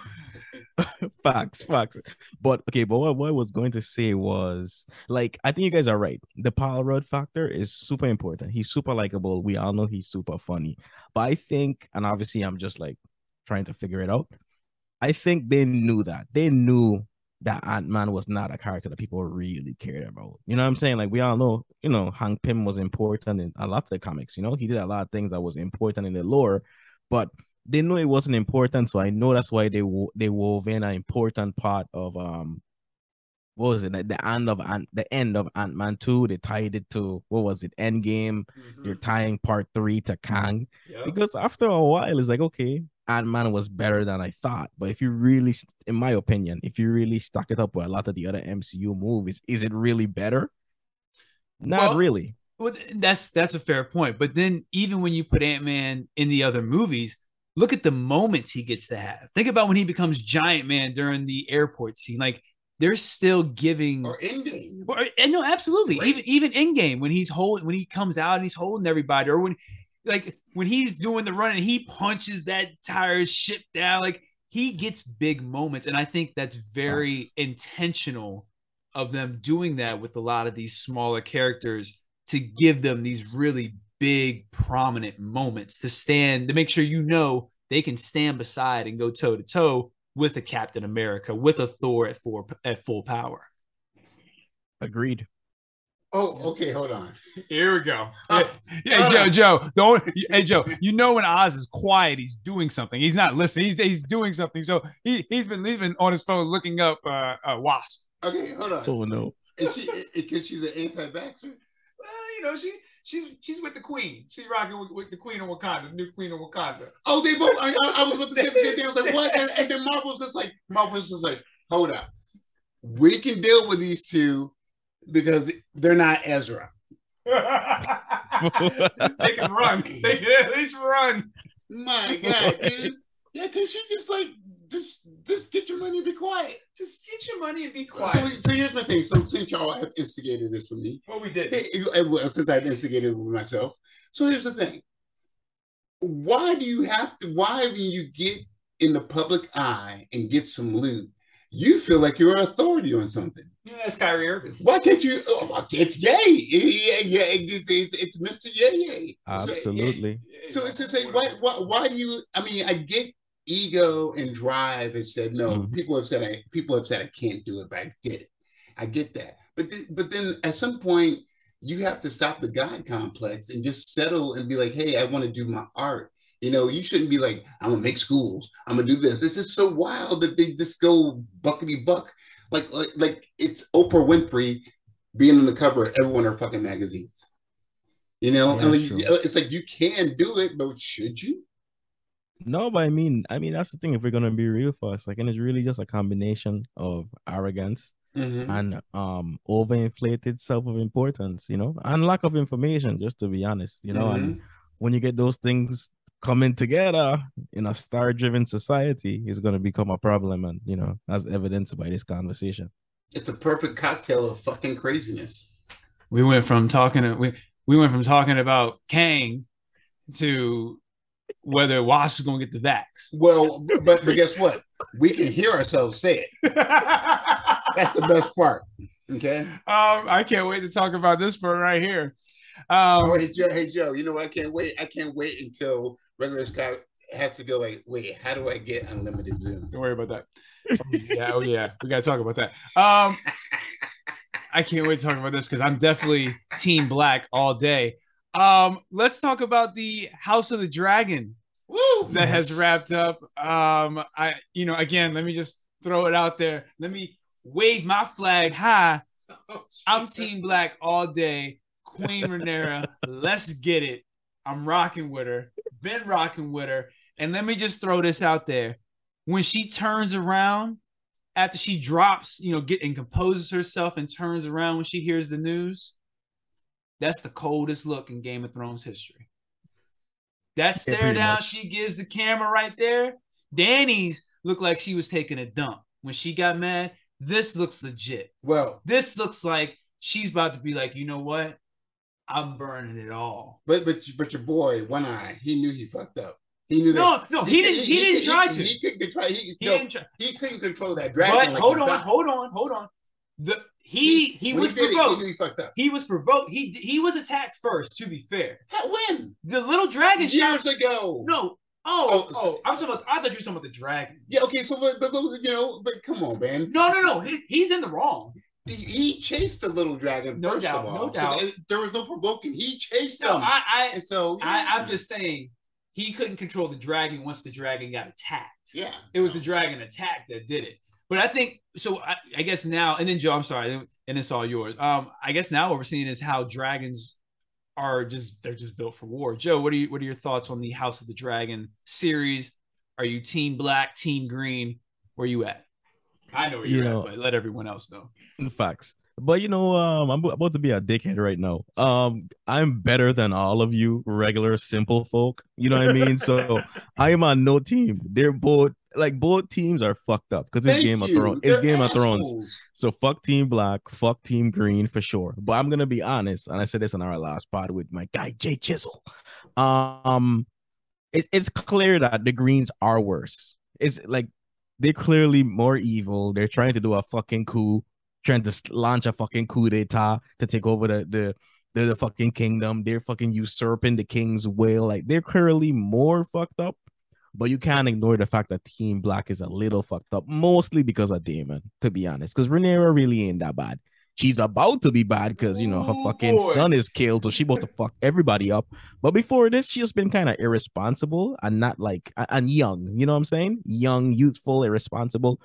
[SPEAKER 7] facts, facts. But okay, but what, what I was going to say was like I think you guys are right. The Paul Rudd factor is super important. He's super likable. We all know he's super funny. But I think, and obviously I'm just like trying to figure it out. I think they knew that. They knew that Ant Man was not a character that people really cared about. You know what I'm saying? Like we all know, you know, Hank Pym was important in a lot of the comics. You know, he did a lot of things that was important in the lore, but they know it wasn't important. So I know that's why they wo- they wove in an important part of um, what was it? Like the end of Ant, the end of Ant Man two. They tied it to what was it? Endgame. Game.
[SPEAKER 10] Mm-hmm.
[SPEAKER 7] They're tying part three to Kang because after a while it's like okay Ant Man was better than I thought. But if you really, st- in my opinion, if you really stack it up with a lot of the other MCU movies, is it really better? Not
[SPEAKER 10] Well,
[SPEAKER 7] really.
[SPEAKER 10] Well, th- that's that's a fair point. But then even when you put Ant Man in the other movies, look at the moments he gets to have. Think about when he becomes Giant Man during the airport scene. Like they're still giving
[SPEAKER 6] or Endgame.
[SPEAKER 10] and no, absolutely. Even even in game when he's holding when he comes out and he's holding everybody, or when like when he's doing the run and he punches that tire ship down, like he gets big moments, and I think that's very intentional of them doing that with a lot of these smaller characters to give them these really big prominent moments to stand to make sure you know they can stand beside and go toe to toe with a Captain America with a Thor at four at full power.
[SPEAKER 7] Agreed.
[SPEAKER 6] Oh, okay, hold on.
[SPEAKER 10] Here we go. Yeah, yeah, Joe, Joe. The only, hey, Joe. You know when Oz is quiet, he's doing something. He's not listening. He's he's doing something. So he he's been he's been on his phone looking up uh, uh wasp.
[SPEAKER 6] Okay, hold on.
[SPEAKER 7] Oh no.
[SPEAKER 6] Is she because she's an anti-vaxxer?
[SPEAKER 10] Well, you know she she's she's with the queen. She's rocking with, with the queen of Wakanda, the new queen of Wakanda.
[SPEAKER 6] Oh, they both. I, I, I was about to say the same thing. I was like, what? And, and then Marvel's just like, Marvel's just like, hold up. We can deal with these two because they're not Ezra.
[SPEAKER 10] they can run. They can at least run.
[SPEAKER 6] My God, dude. Yeah, because she just like just just get your money and be quiet.
[SPEAKER 10] Just get your money and be
[SPEAKER 6] So,
[SPEAKER 10] quiet.
[SPEAKER 6] so here's my thing. So since y'all have instigated this with me,
[SPEAKER 10] Well, we did.
[SPEAKER 6] Hey, you- eh, well, since I've instigated it with myself. So here's the thing. Why do you have to, why when you get in the public eye and get some loot, you feel like you're an authority on something?
[SPEAKER 10] Yeah, that's Kyrie Irving.
[SPEAKER 6] Why can't you? Oh, well, it's yay. Yeah, yeah, it's, it's, it's Mr. Yay.
[SPEAKER 7] Uh, Absolutely.
[SPEAKER 6] So, so it's just like, why, why, why do you, I mean, I get ego and drive and said, no, people have said, I, people have said, I can't do it, but I get it. I get that. But, th- but then at some point, you have to stop the God complex and just settle and be like, hey, I want to do my art. You know, you shouldn't be like, I'm gonna make schools. I'm gonna do this. It's just so wild that they just go buckety buck, like like like it's Oprah Winfrey being on the cover of every one of her fucking magazines. You know,
[SPEAKER 7] Yeah,
[SPEAKER 6] and like,
[SPEAKER 7] true.
[SPEAKER 6] it's like you can do it, but should you?
[SPEAKER 7] No, but I mean, I mean that's the thing. If we're gonna be real for us, like, and it's really just a combination of arrogance
[SPEAKER 6] Mhm.
[SPEAKER 7] and um overinflated self of importance, you know, and lack of information. Just to be honest, you know, and when you get those things coming together in a star-driven society, it's gonna become a problem, and you know, as evidenced by this conversation.
[SPEAKER 6] It's a perfect cocktail of fucking craziness.
[SPEAKER 10] we went from talking to, we we went from talking about Kang to whether Wasp is going to get the vax.
[SPEAKER 6] Well, but, but guess what? We can hear ourselves say it. That's the best part. Okay.
[SPEAKER 10] Um, I can't wait to talk about this part right here. Um,
[SPEAKER 6] oh, hey Joe, hey Joe, you know what? I can't wait. I can't wait until regular Scott has to go like, wait, how do I get unlimited Zoom?
[SPEAKER 10] Don't worry about that. Oh, yeah, oh yeah, we gotta talk about that. Um, I can't wait to talk about this because I'm definitely Team Black all day. Um, let's talk about the House of the Dragon
[SPEAKER 6] Woo!
[SPEAKER 10] that has wrapped up. Um, I, you know, again, let me just throw it out there. Let me wave my flag high. I'm Team Black all day. Queen Renera, let's get it. I'm rocking with her. Been rocking with her. And let me just throw this out there. When she turns around after she drops, you know, get and composes herself and turns around when she hears the news, that's the coldest look in Game of Thrones history. That
[SPEAKER 7] Yeah,
[SPEAKER 10] stare
[SPEAKER 7] pretty
[SPEAKER 10] down
[SPEAKER 7] much.
[SPEAKER 10] she gives the camera right there. Danny's looked like she was taking a dump when she got mad. This looks legit.
[SPEAKER 6] Well,
[SPEAKER 10] This looks like she's about to be like, you know what? I'm burning it all.
[SPEAKER 6] But but but your boy, one eye, he knew he fucked up. He knew
[SPEAKER 10] No,
[SPEAKER 6] that.
[SPEAKER 10] no, he didn't- he didn't try to.
[SPEAKER 6] He couldn't control. He,
[SPEAKER 10] He
[SPEAKER 6] no,
[SPEAKER 10] didn't try-
[SPEAKER 6] he couldn't control that dragon.
[SPEAKER 10] but
[SPEAKER 6] like
[SPEAKER 10] hold
[SPEAKER 6] he
[SPEAKER 10] on,
[SPEAKER 6] thought.
[SPEAKER 10] hold on, hold on. The he he,
[SPEAKER 6] when
[SPEAKER 10] was
[SPEAKER 6] he did it, he
[SPEAKER 10] provoked.
[SPEAKER 6] knew he fucked up.
[SPEAKER 10] He was provoked. He he was attacked first. To be fair,
[SPEAKER 6] How- When
[SPEAKER 10] the little dragon
[SPEAKER 6] years
[SPEAKER 10] shot.
[SPEAKER 6] ago?
[SPEAKER 10] No, oh,
[SPEAKER 6] Oh,
[SPEAKER 10] oh,
[SPEAKER 6] so-
[SPEAKER 10] I'm talking about. I thought you were talking about the dragon.
[SPEAKER 6] Yeah. Okay. So the, the little, you know, but come on, man.
[SPEAKER 10] No, no, no. He, he's in the wrong.
[SPEAKER 6] He, he chased the little dragon.
[SPEAKER 10] No
[SPEAKER 6] first
[SPEAKER 10] doubt,
[SPEAKER 6] Of
[SPEAKER 10] no
[SPEAKER 6] all.
[SPEAKER 10] doubt.
[SPEAKER 6] So th- there was no provoking. He chased
[SPEAKER 10] No,
[SPEAKER 6] them.
[SPEAKER 10] I,
[SPEAKER 6] and so
[SPEAKER 10] I, I, I'm
[SPEAKER 6] yeah.
[SPEAKER 10] just saying he couldn't control the dragon once the dragon got attacked.
[SPEAKER 6] yeah.
[SPEAKER 10] It was the dragon attack that did it. But I think so. I, I guess now, and then Joe, I'm sorry, and it's all yours. Um, I guess now what we're seeing is how dragons are just they're just built for war. Joe, what are you? What are your thoughts on the House of the Dragon series? Are you Team Black, Team Green? Where you at? I know where
[SPEAKER 7] You
[SPEAKER 10] you're
[SPEAKER 7] know-
[SPEAKER 10] at, but let everyone else know.
[SPEAKER 7] Facts. But you know, um, I'm about to be a dickhead right now. Um, I'm better than all of you regular simple folk. You know what I mean? So I am on no team. They're both like both teams are fucked up because it's
[SPEAKER 6] Thank
[SPEAKER 7] Game of
[SPEAKER 6] you.
[SPEAKER 7] Thrones. It's
[SPEAKER 6] They're
[SPEAKER 7] Game of Thrones.
[SPEAKER 6] assholes.
[SPEAKER 7] So fuck Team Black, fuck Team Green for sure. But I'm gonna be honest, and I said this on our last pod with my guy Jay Chisel. Um, it, it's clear that the Greens are worse. It's like they're clearly more evil. They're trying to do a fucking coup, trying to s- launch a fucking coup d'état to take over the the. the the fucking kingdom. They're fucking usurping the king's will. Like they're clearly more fucked up, but you can't ignore the fact that Team Black is a little fucked up, mostly because of Damon, to be honest. Because Rhaenyra really ain't that bad. She's about to be bad because you know her
[SPEAKER 10] Ooh,
[SPEAKER 7] fucking
[SPEAKER 10] boy.
[SPEAKER 7] son is killed, so she about to fuck everybody up. But before this, she has been kind of irresponsible and not like a- and young. You know what I'm saying? Young, youthful, irresponsible.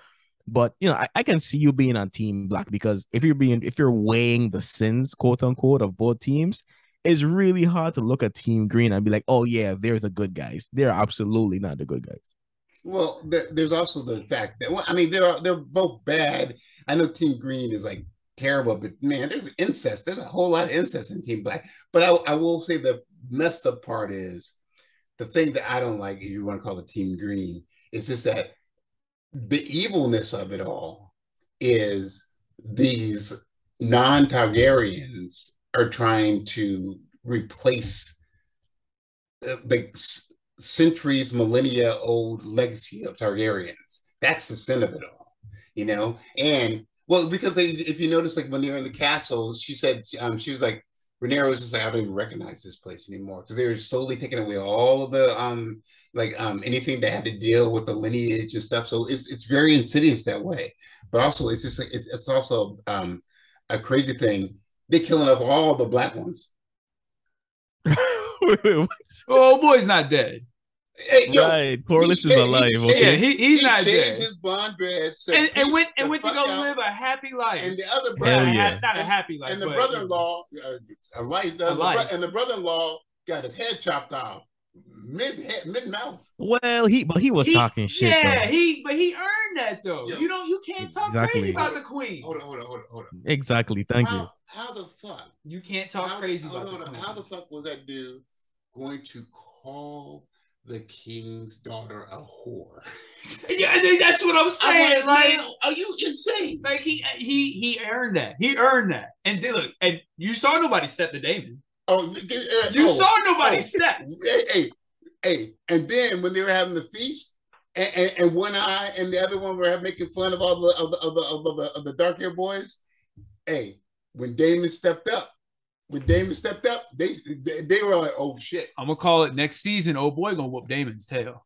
[SPEAKER 7] But you know, I, I can see you being on Team Black because if you're being if you're weighing the sins, quote unquote, of both teams, it's really hard to look at Team Green and be like, oh yeah, they're the good guys. They're absolutely not the good guys.
[SPEAKER 6] Well, there, there's also the fact that well, I mean they're they're both bad. I know Team Green is like terrible, but man, there's incest. There's a whole lot of incest in Team Black. But I, I will say the messed up part is the thing that I don't like, if you want to call it Team Green, is just that the evilness of it all is these non-Targaryens are trying to replace uh, the s- centuries, millennia old legacy of Targaryens. That's the sin of it all, you know? And well, because they, if you notice, like when they were in the castles, she said, um, she was like, Renera was just like, I don't even recognize this place anymore because they were slowly taking away all the, um, like um, anything that had to deal with the lineage and stuff. So it's, it's very insidious that way. But also, it's just, like- it's, it's also um, a crazy thing. They're killing off all the black ones.
[SPEAKER 10] Oh, boy's not dead.
[SPEAKER 6] Hey, yo,
[SPEAKER 7] right? Corliss is
[SPEAKER 6] he-
[SPEAKER 7] alive.
[SPEAKER 6] he-
[SPEAKER 7] Okay.
[SPEAKER 10] Yeah, he, he's
[SPEAKER 6] he
[SPEAKER 10] not
[SPEAKER 6] shaved
[SPEAKER 10] dead.
[SPEAKER 6] his blonde dreads said,
[SPEAKER 10] and, and
[SPEAKER 6] "Peace
[SPEAKER 10] went and
[SPEAKER 6] the
[SPEAKER 10] went to
[SPEAKER 6] fuck
[SPEAKER 10] go
[SPEAKER 6] out."
[SPEAKER 10] live a happy life.
[SPEAKER 6] and the other
[SPEAKER 7] Hell
[SPEAKER 6] brother,
[SPEAKER 10] not, a
[SPEAKER 7] yeah.
[SPEAKER 10] ha- not a happy life.
[SPEAKER 6] and the
[SPEAKER 10] but-
[SPEAKER 6] brother-in-law, uh, a life, the,
[SPEAKER 10] A life.
[SPEAKER 6] and the brother-in-law got his head chopped off mid mid mouth.
[SPEAKER 7] Well, he but he was
[SPEAKER 10] He-
[SPEAKER 7] talking shit.
[SPEAKER 10] Yeah,
[SPEAKER 7] though.
[SPEAKER 10] he but he earned that though.
[SPEAKER 6] Yeah.
[SPEAKER 10] You don't you can't talk
[SPEAKER 7] Exactly.
[SPEAKER 10] crazy about the queen.
[SPEAKER 6] Hold on, hold on, hold on, hold on.
[SPEAKER 7] exactly. Thank
[SPEAKER 6] how,
[SPEAKER 7] you.
[SPEAKER 6] How the fuck?
[SPEAKER 10] You can't talk
[SPEAKER 6] how,
[SPEAKER 10] crazy
[SPEAKER 6] hold
[SPEAKER 10] about
[SPEAKER 6] on,
[SPEAKER 10] the queen.
[SPEAKER 6] how the fuck was that dude going to call the king's daughter a whore?
[SPEAKER 10] yeah, I think that's what I'm saying.
[SPEAKER 6] I'm
[SPEAKER 10] like,
[SPEAKER 6] man, are you insane?
[SPEAKER 10] like he he he earned that. He earned that. And then look, and you saw nobody step to Damon.
[SPEAKER 6] Oh, uh,
[SPEAKER 10] You
[SPEAKER 6] oh.
[SPEAKER 10] saw nobody
[SPEAKER 6] oh.
[SPEAKER 10] step.
[SPEAKER 6] hey, hey, hey, and then when they were having the feast, and, and, and one eye and the other one were making fun of all the of the of the, of the, of the dark hair boys. Hey, when Damon stepped up, when Damon stepped up, they they, they were like, "Oh shit!"
[SPEAKER 10] I'm gonna call it next season. Old boy gonna whoop Damon's tail.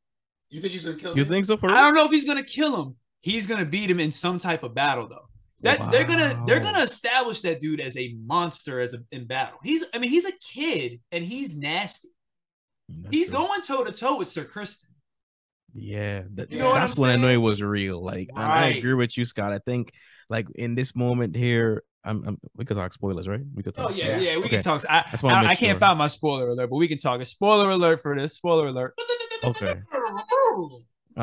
[SPEAKER 6] You think he's gonna kill
[SPEAKER 7] You
[SPEAKER 6] him?
[SPEAKER 7] think so for
[SPEAKER 10] I don't know if he's gonna kill him. He's gonna beat him in some type of battle though. That they're gonna they're
[SPEAKER 7] Wow.
[SPEAKER 10] gonna establish that dude as a monster as a, in battle. He's I mean he's a kid and he's nasty. He's going toe to toe with Sir Kristen.
[SPEAKER 7] Yeah, that,
[SPEAKER 10] You know what
[SPEAKER 7] that's
[SPEAKER 10] I'm
[SPEAKER 7] when I know it
[SPEAKER 10] saying?
[SPEAKER 7] was real. Like, and I
[SPEAKER 10] Right.
[SPEAKER 7] agree with you, Scott. I think like in this moment here, I'm, I'm we could talk spoilers, right? We could
[SPEAKER 10] Oh
[SPEAKER 7] talk.
[SPEAKER 10] yeah, yeah,
[SPEAKER 6] Yeah.
[SPEAKER 10] we
[SPEAKER 7] Okay.
[SPEAKER 10] can talk. I,
[SPEAKER 7] That's why I
[SPEAKER 10] I, I
[SPEAKER 7] make
[SPEAKER 10] can't
[SPEAKER 7] sure.
[SPEAKER 10] find my spoiler alert, but we can talk. A spoiler alert for this. Spoiler alert.
[SPEAKER 7] Okay. All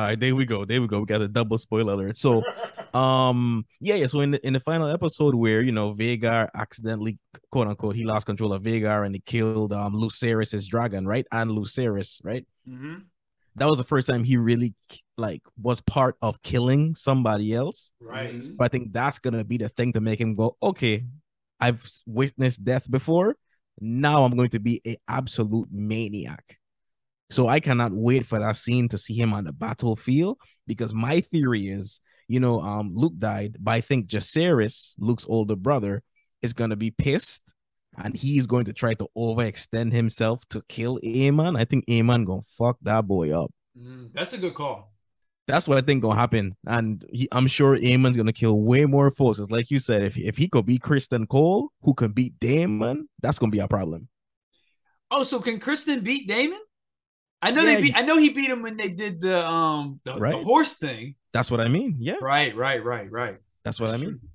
[SPEAKER 7] right, there we go. There we go. We got a double spoiler alert. So, um, yeah, yeah. So in the in the final episode where you know Vagar accidentally, quote unquote, he lost control of Vagar and he killed um Lucerys's dragon, right? And Lucerys, right?
[SPEAKER 10] Mm-hmm.
[SPEAKER 7] That was the first time he really like was part of killing somebody else.
[SPEAKER 6] Right.
[SPEAKER 7] Mm-hmm. But I think that's gonna be the thing to make him go, okay, I've witnessed death before. Now I'm going to be an absolute maniac. So I cannot wait for that scene to see him on the battlefield because my theory is, you know, um, Luke died, but I think Jacerys, Luke's older brother, is going to be pissed and he's going to try to overextend himself to kill Aemon. I think Aemon going to fuck that boy up.
[SPEAKER 10] Mm, that's a good call.
[SPEAKER 7] That's what I think gonna happen, and he, I'm sure Eamon's gonna kill way more folks. It's like you said, if if he could beat Kristen Cole, who can beat Damon, that's gonna be a problem.
[SPEAKER 10] Oh, so can Kristen beat Damon? I know yeah, they beat. I know he beat him when they did the um the, right? the horse thing.
[SPEAKER 7] That's what I mean. Yeah.
[SPEAKER 10] Right. Right. Right. Right.
[SPEAKER 7] That's what that's I mean. True.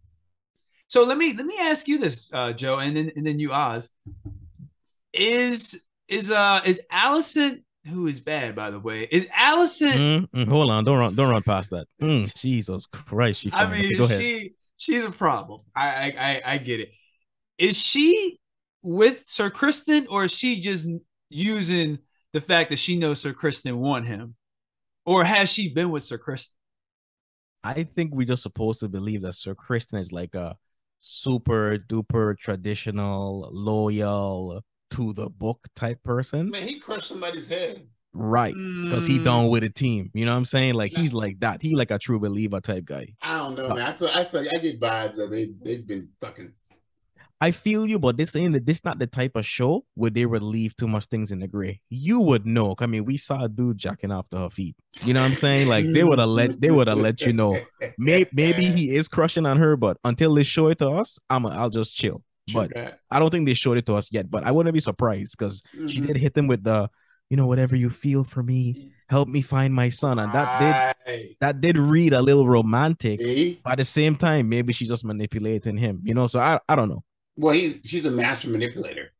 [SPEAKER 10] So let me let me ask you this, uh, Joe, and then and then you, Oz. Is is uh is Allison who is bad, by the way, is Allison.
[SPEAKER 7] Mm-hmm. Hold on, don't run, don't run past that. Mm, Jesus Christ, she.
[SPEAKER 10] I mean, she she's a problem. I, I I get it. Is she with Sir Kristen, or is she just using the fact that she knows Sir Kristen won him, or has she been with Sir Kristen?
[SPEAKER 7] I think we're just supposed to believe that Sir Kristen is like a super duper traditional, loyal, to the book type person.
[SPEAKER 6] Man, he crushed somebody's head.
[SPEAKER 7] Right. Because mm. he done with a team. You know what I'm saying? Like nah. he's like that. He like a true believer type guy.
[SPEAKER 6] I don't know, uh, man. I feel I feel I get vibes that they they've been fucking.
[SPEAKER 7] I feel you, but this ain't this not the type of show where they would leave too much things in the gray. You would know. I mean, we saw a dude jacking off to her feet. You know what I'm saying? Like they would have let they would have let you know. Maybe, maybe he is crushing on her, but until they show it to us, I'm a, I'll just chill but I don't think they showed it to us yet. But I wouldn't be surprised because mm-hmm. she did hit them with the, you know, whatever you feel for me, help me find my son, and
[SPEAKER 5] Ah.
[SPEAKER 7] that did that did read a little romantic. See? But at the same time, maybe she's just manipulating him, you know. So I, I don't know.
[SPEAKER 6] Well, he's she's a master manipulator.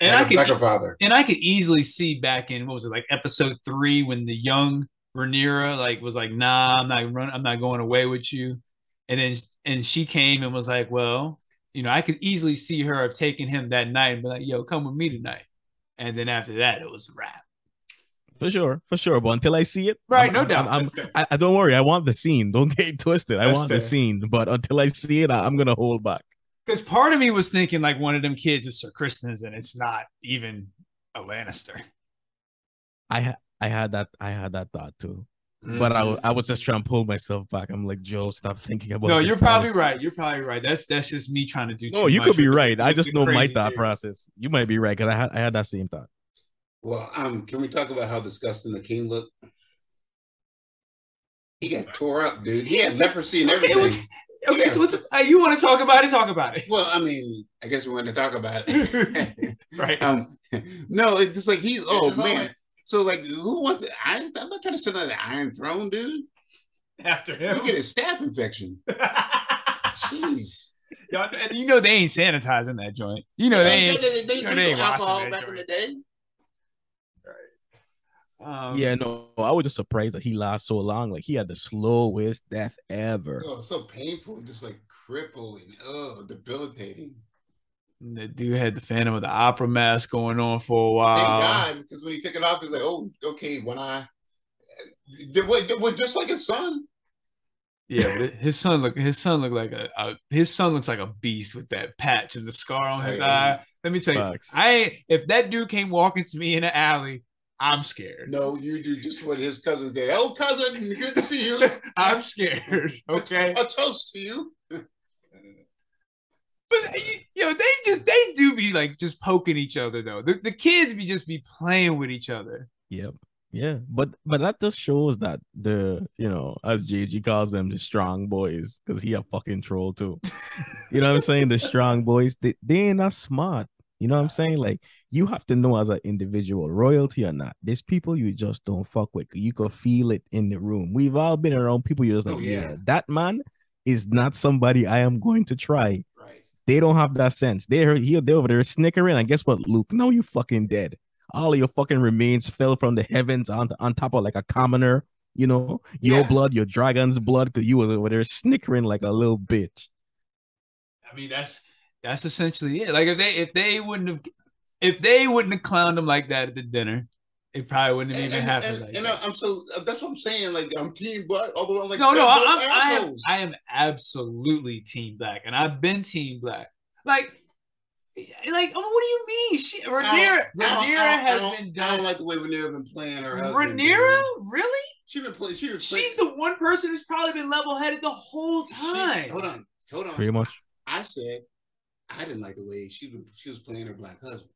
[SPEAKER 10] And like I could, like her father. and I could easily see back in what was it like episode three when the young Rhaenyra like was like, nah, I'm not run, I'm not going away with you, and then and she came and was like, well, you know, I could easily see her taking him that night and be like, yo, come with me tonight. And then after that, it was a wrap.
[SPEAKER 7] For sure, for sure. But until I see it,
[SPEAKER 10] right?
[SPEAKER 7] I'm,
[SPEAKER 10] no doubt.
[SPEAKER 7] I'm, I'm, I, I, don't worry. I want the scene. Don't get twisted. I That's want fair. the scene. But until I see it, I, am gonna hold back.
[SPEAKER 10] Because part of me was thinking like one of them kids is Sir Kristen's, and it's not even a Lannister.
[SPEAKER 7] I ha- I had that I had that thought too. Mm-hmm. but I, I was just trying to pull myself back. I'm like, Joe, stop thinking about.
[SPEAKER 10] No, you're probably process. right. You're probably right. That's that's just me trying to do.
[SPEAKER 7] No, Oh, you could be right. The, I just know my thought theory. process. You might be right because I had I had that same thought.
[SPEAKER 6] Well, um, can we talk about how disgusting the king looked? He got tore up, dude. He had leprosy and everything.
[SPEAKER 10] Okay, what's, okay yeah. so what's, uh, you want to talk about it? Talk about it.
[SPEAKER 6] Well, I mean, I guess we want to talk about
[SPEAKER 10] it, right?
[SPEAKER 6] Um, no, it's just like he. Oh man, moment. So like, who wants it? I, am not trying to sit on the Iron Throne, dude.
[SPEAKER 10] After him,
[SPEAKER 6] look at his staph infection. Jeez.
[SPEAKER 10] Yo, and you know they ain't sanitizing that joint. You know they ain't. They, they, they, they, they ain't
[SPEAKER 6] alcohol back joint. in the day.
[SPEAKER 7] Right. Um, yeah, no, I was just surprised that he lasted so long. Like he had the slowest death ever.
[SPEAKER 6] Oh, so painful, just like crippling, oh, debilitating.
[SPEAKER 10] The dude had the Phantom of the Opera mask going on for a while.
[SPEAKER 5] Um,
[SPEAKER 6] Thank God, because when he took it off, he's like, "Oh, okay, one eye." We're just like his son.
[SPEAKER 10] Yeah, his son look his son look like a, a, his son looks like a beast with that patch and the scar on his hey, eye. Let me tell Fox. you, I if that dude came walking to me in the alley, I'm scared.
[SPEAKER 6] No, you do just what his cousin did. Oh, cousin, good to see you.
[SPEAKER 10] I'm scared. Okay,
[SPEAKER 6] a, a toast to you.
[SPEAKER 10] But you know, they just they do be like just poking each other though. The, the kids be just be playing with each other.
[SPEAKER 7] Yep. Yeah. But but that just shows that the you know, as JG calls them, the strong boys, because he a fucking troll too. you know what I'm saying? The strong boys, they, they ain't not smart. You know what I'm saying? Like you have to know as an individual, royalty or not. There's people you just don't fuck with. You can feel it in the room. We've all been around people you're just like, oh, yeah. yeah, that man is not somebody I am going to try they don't have that sense. They're here, they're over there snickering. And guess what, Luke? No, you fucking dead. All your fucking remains fell from the heavens on, on top of like a commoner. You know, your yeah. blood, your dragon's blood, because you was over there snickering like a little bitch.
[SPEAKER 10] I mean, that's that's essentially it. Like if they if they wouldn't have if they wouldn't have clowned him like that at the dinner, it probably wouldn't have
[SPEAKER 6] and,
[SPEAKER 10] even
[SPEAKER 6] and,
[SPEAKER 10] happened.
[SPEAKER 6] And,
[SPEAKER 10] like
[SPEAKER 6] and
[SPEAKER 10] that.
[SPEAKER 6] I'm so that's what I'm saying. Like I'm team black, although I'm like
[SPEAKER 10] no, no,
[SPEAKER 6] I'm,
[SPEAKER 10] I am, I am absolutely team black, eh, and I've been team black.
[SPEAKER 5] Like, like, oh, what do you mean? She, Rhaenyra,
[SPEAKER 10] I don't- I don't-
[SPEAKER 5] Rhaenyra
[SPEAKER 10] I
[SPEAKER 5] has
[SPEAKER 10] don't-
[SPEAKER 5] been
[SPEAKER 10] I don't
[SPEAKER 5] done.
[SPEAKER 10] like the way Rhaenyra been playing her husband.
[SPEAKER 5] Rhaenyra,
[SPEAKER 10] dude.
[SPEAKER 5] really?
[SPEAKER 10] She been playing. She was
[SPEAKER 5] She's the one person who's probably been level-headed the whole
[SPEAKER 10] playing-
[SPEAKER 5] time.
[SPEAKER 10] she- Hold on, hold on.
[SPEAKER 7] Pretty much.
[SPEAKER 10] I said I didn't like the way she was- she was playing her black husband.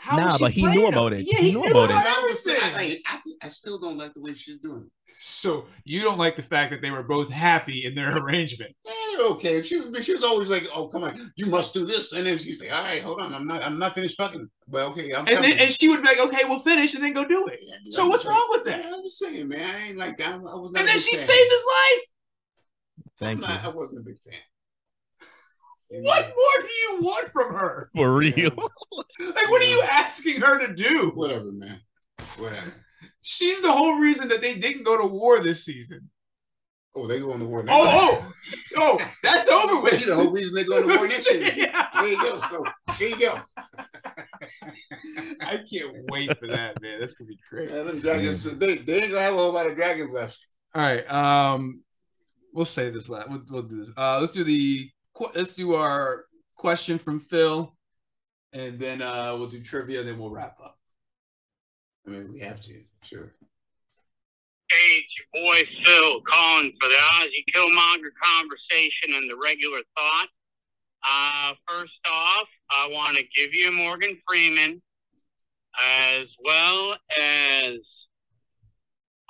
[SPEAKER 5] How
[SPEAKER 7] Nah,
[SPEAKER 5] was she
[SPEAKER 7] but he
[SPEAKER 5] playing
[SPEAKER 7] knew
[SPEAKER 5] him?
[SPEAKER 7] about it.
[SPEAKER 5] Yeah,
[SPEAKER 7] He
[SPEAKER 5] he,
[SPEAKER 7] knew
[SPEAKER 5] knew
[SPEAKER 7] about
[SPEAKER 5] about,
[SPEAKER 7] it.
[SPEAKER 5] everything.
[SPEAKER 10] I, like, I, think- I still don't like the way she's doing it.
[SPEAKER 5] So you don't like the fact that they were both happy in their arrangement.
[SPEAKER 10] Eh, you're okay. She was, but she was always like, "Oh, come on, you must do this," and then she's like, "All right, hold on, I'm not, I'm not finished fucking." But okay, I'm.
[SPEAKER 5] And, then,
[SPEAKER 10] coming.
[SPEAKER 5] and she would be like, okay, we'll finish and then go do it.
[SPEAKER 10] Yeah,
[SPEAKER 5] So
[SPEAKER 10] I'm
[SPEAKER 5] what's
[SPEAKER 10] like,
[SPEAKER 5] wrong with that?
[SPEAKER 10] yeah, I'm just saying, man. I ain't like that. I was not
[SPEAKER 5] And
[SPEAKER 10] a
[SPEAKER 5] then
[SPEAKER 10] big
[SPEAKER 5] she
[SPEAKER 10] fan.
[SPEAKER 5] saved his life.
[SPEAKER 7] Thank
[SPEAKER 10] I'm not- I
[SPEAKER 7] you.
[SPEAKER 10] wasn't a big fan. And,
[SPEAKER 5] What
[SPEAKER 10] uh,
[SPEAKER 5] more do you want from her?
[SPEAKER 7] For real.
[SPEAKER 5] Like, what are you asking her to do?
[SPEAKER 10] Whatever, man. Whatever.
[SPEAKER 5] She's the whole reason that they didn't go to war this season.
[SPEAKER 10] Oh, they go on the war now.
[SPEAKER 5] Oh, oh, oh, that's over
[SPEAKER 10] But
[SPEAKER 5] with.
[SPEAKER 10] you know, the whole reason they go to war next year.
[SPEAKER 5] Yeah.
[SPEAKER 10] There you go. So, there you go.
[SPEAKER 5] I can't wait for that, man. That's gonna be great.
[SPEAKER 10] Yeah, them dragons, they, they ain't gonna have a whole lot of dragons left.
[SPEAKER 5] All right. Um, we'll save this. Last. We'll, we'll do this. Uh, let's do the. que- Let's do our question from Phil, and then uh, we'll do trivia, and then we'll wrap up.
[SPEAKER 10] I mean, we have to, sure.
[SPEAKER 6] Hey, it's your boy Phil calling for the Ozzy Killmonger conversation and the regular thought. Uh, first off, I want to give you Morgan Freeman as well as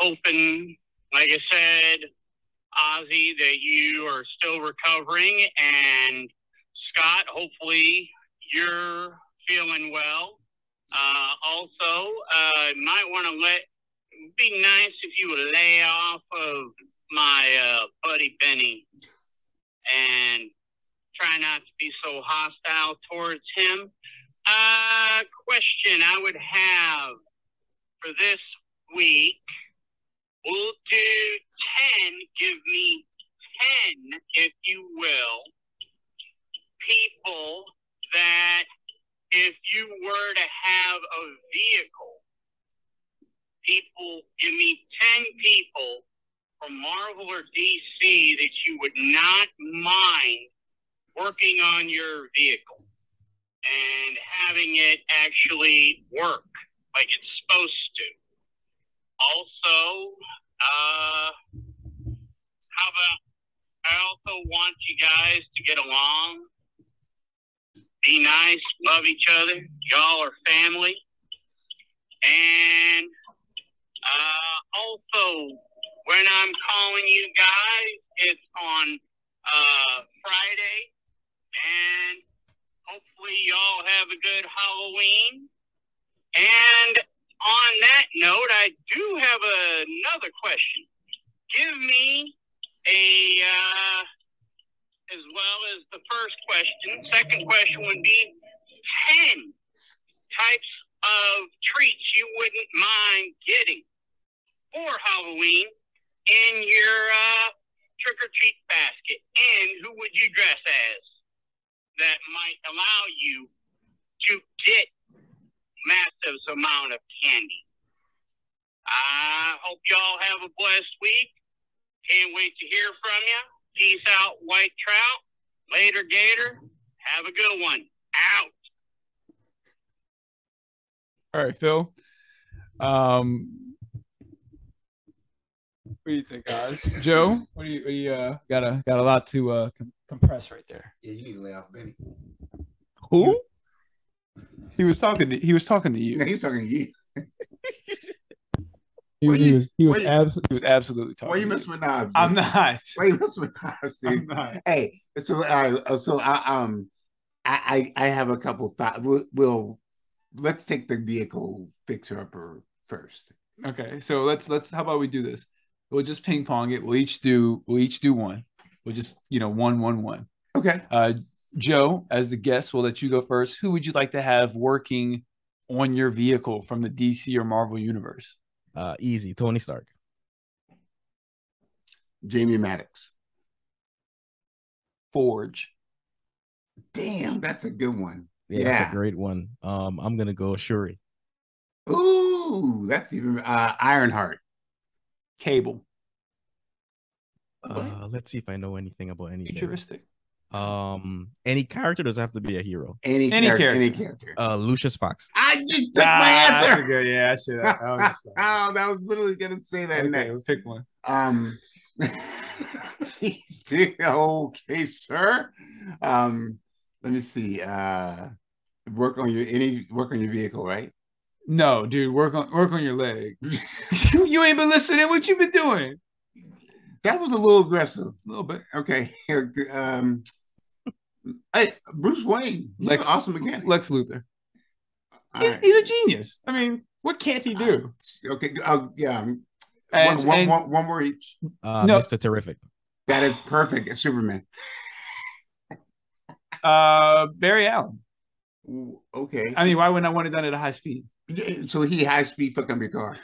[SPEAKER 6] hoping, like I said, Ozzy, that you are still recovering. And Scott, hopefully you're feeling well. Uh, also, uh, might want to let be nice if you would lay off of my uh, buddy Benny and try not to be so hostile towards him. Uh, question I would have for this week we'll do 10. Give me 10, if you will, people that if you were to have a vehicle people, give me 10 people from Marvel or DC that you would not mind working on your vehicle and having it actually work like it's supposed to. Also, uh, how about I also want you guys to get along, be nice, love each other. Y'all are family. And uh, also, when I'm calling you guys, it's on uh, Friday, and hopefully, y'all have a good Halloween. And on that note, I do have another question. Give me a, uh, as well as the first question, second question would be 10 types of treats you wouldn't mind getting for Halloween in your uh, trick or treat basket? And who would you dress as that might allow you to get massive amount of candy? I hope y'all have a blessed week. Can't wait to hear from you. Peace out, White Trout. Later, Gator. Have a good one. Out.
[SPEAKER 5] All right, Phil. Um, what do you think, guys? Joe, what do you, what do you uh, got a got a lot to uh, com- compress right there?
[SPEAKER 10] Yeah, you need to lay off Benny.
[SPEAKER 7] Who?
[SPEAKER 11] He was talking to he was talking to
[SPEAKER 10] Yeah,
[SPEAKER 11] you.
[SPEAKER 10] he's talking to you.
[SPEAKER 11] He,
[SPEAKER 10] Well,
[SPEAKER 11] he
[SPEAKER 10] you-
[SPEAKER 11] was he was
[SPEAKER 10] well, you-
[SPEAKER 11] abs- he was absolutely talking.
[SPEAKER 10] Why you
[SPEAKER 11] to
[SPEAKER 10] mess with Nas?
[SPEAKER 5] I'm
[SPEAKER 10] dude?
[SPEAKER 5] not.
[SPEAKER 10] Why you mess with Nas? dude?
[SPEAKER 5] I'm not.
[SPEAKER 10] Hey, so all right, uh, so I um, I I, I have a couple thoughts. We'll, we'll let's take the vehicle fixer upper first.
[SPEAKER 5] Okay, so let's let's how about we do this? We'll just ping pong it. We'll each do we'll each do one. We'll just you know one one one.
[SPEAKER 10] Okay.
[SPEAKER 5] Uh, Joe, as the guest, we'll let you go first. Who would you like to have working on your vehicle from the DC or Marvel universe?
[SPEAKER 7] Uh, easy. Tony Stark.
[SPEAKER 10] Jamie Maddox.
[SPEAKER 5] Forge.
[SPEAKER 10] Damn, that's a good one.
[SPEAKER 7] Yeah, that's
[SPEAKER 10] Yeah.
[SPEAKER 7] a great one. Um, I'm gonna go Shuri.
[SPEAKER 10] Ooh, that's even uh, Ironheart.
[SPEAKER 5] Cable.
[SPEAKER 7] Uh, let's see if I know anything about anything.
[SPEAKER 5] Futuristic.
[SPEAKER 7] Um, any character doesn't have to be a hero.
[SPEAKER 6] Any
[SPEAKER 10] Any character, character. any
[SPEAKER 6] character.
[SPEAKER 7] Uh, Lucius Fox.
[SPEAKER 6] I just took my
[SPEAKER 10] Ah, that's
[SPEAKER 6] answer.
[SPEAKER 10] a good- yeah, I should. I, I was just like,
[SPEAKER 6] oh, that was literally gonna say that
[SPEAKER 10] okay,
[SPEAKER 6] next.
[SPEAKER 10] let's pick one.
[SPEAKER 6] Um, okay, sir. Um, let me see. Uh, work on your any work on your vehicle, right?
[SPEAKER 10] No, dude, work on work on your leg. you, you ain't been listening. What you been doing?
[SPEAKER 6] That was a little aggressive.
[SPEAKER 10] A little bit.
[SPEAKER 6] Okay. Um, hey, Bruce Wayne, he's
[SPEAKER 10] Lex-
[SPEAKER 6] an awesome mechanic.
[SPEAKER 10] Lex Luthor.
[SPEAKER 6] All
[SPEAKER 10] He's,
[SPEAKER 6] right.
[SPEAKER 10] he's a genius. I mean, what can't he do?
[SPEAKER 6] Okay. Uh, yeah. um,
[SPEAKER 10] As-
[SPEAKER 6] one,
[SPEAKER 10] and-
[SPEAKER 6] one, one, one more each.
[SPEAKER 7] Uh,
[SPEAKER 10] No.
[SPEAKER 7] Mr. Terrific.
[SPEAKER 6] That is perfect. Superman.
[SPEAKER 10] Uh, Barry Allen.
[SPEAKER 6] Ooh, Okay.
[SPEAKER 10] I mean, why wouldn't I want it done at a high speed?
[SPEAKER 6] Yeah, so he high speed fuck up your car.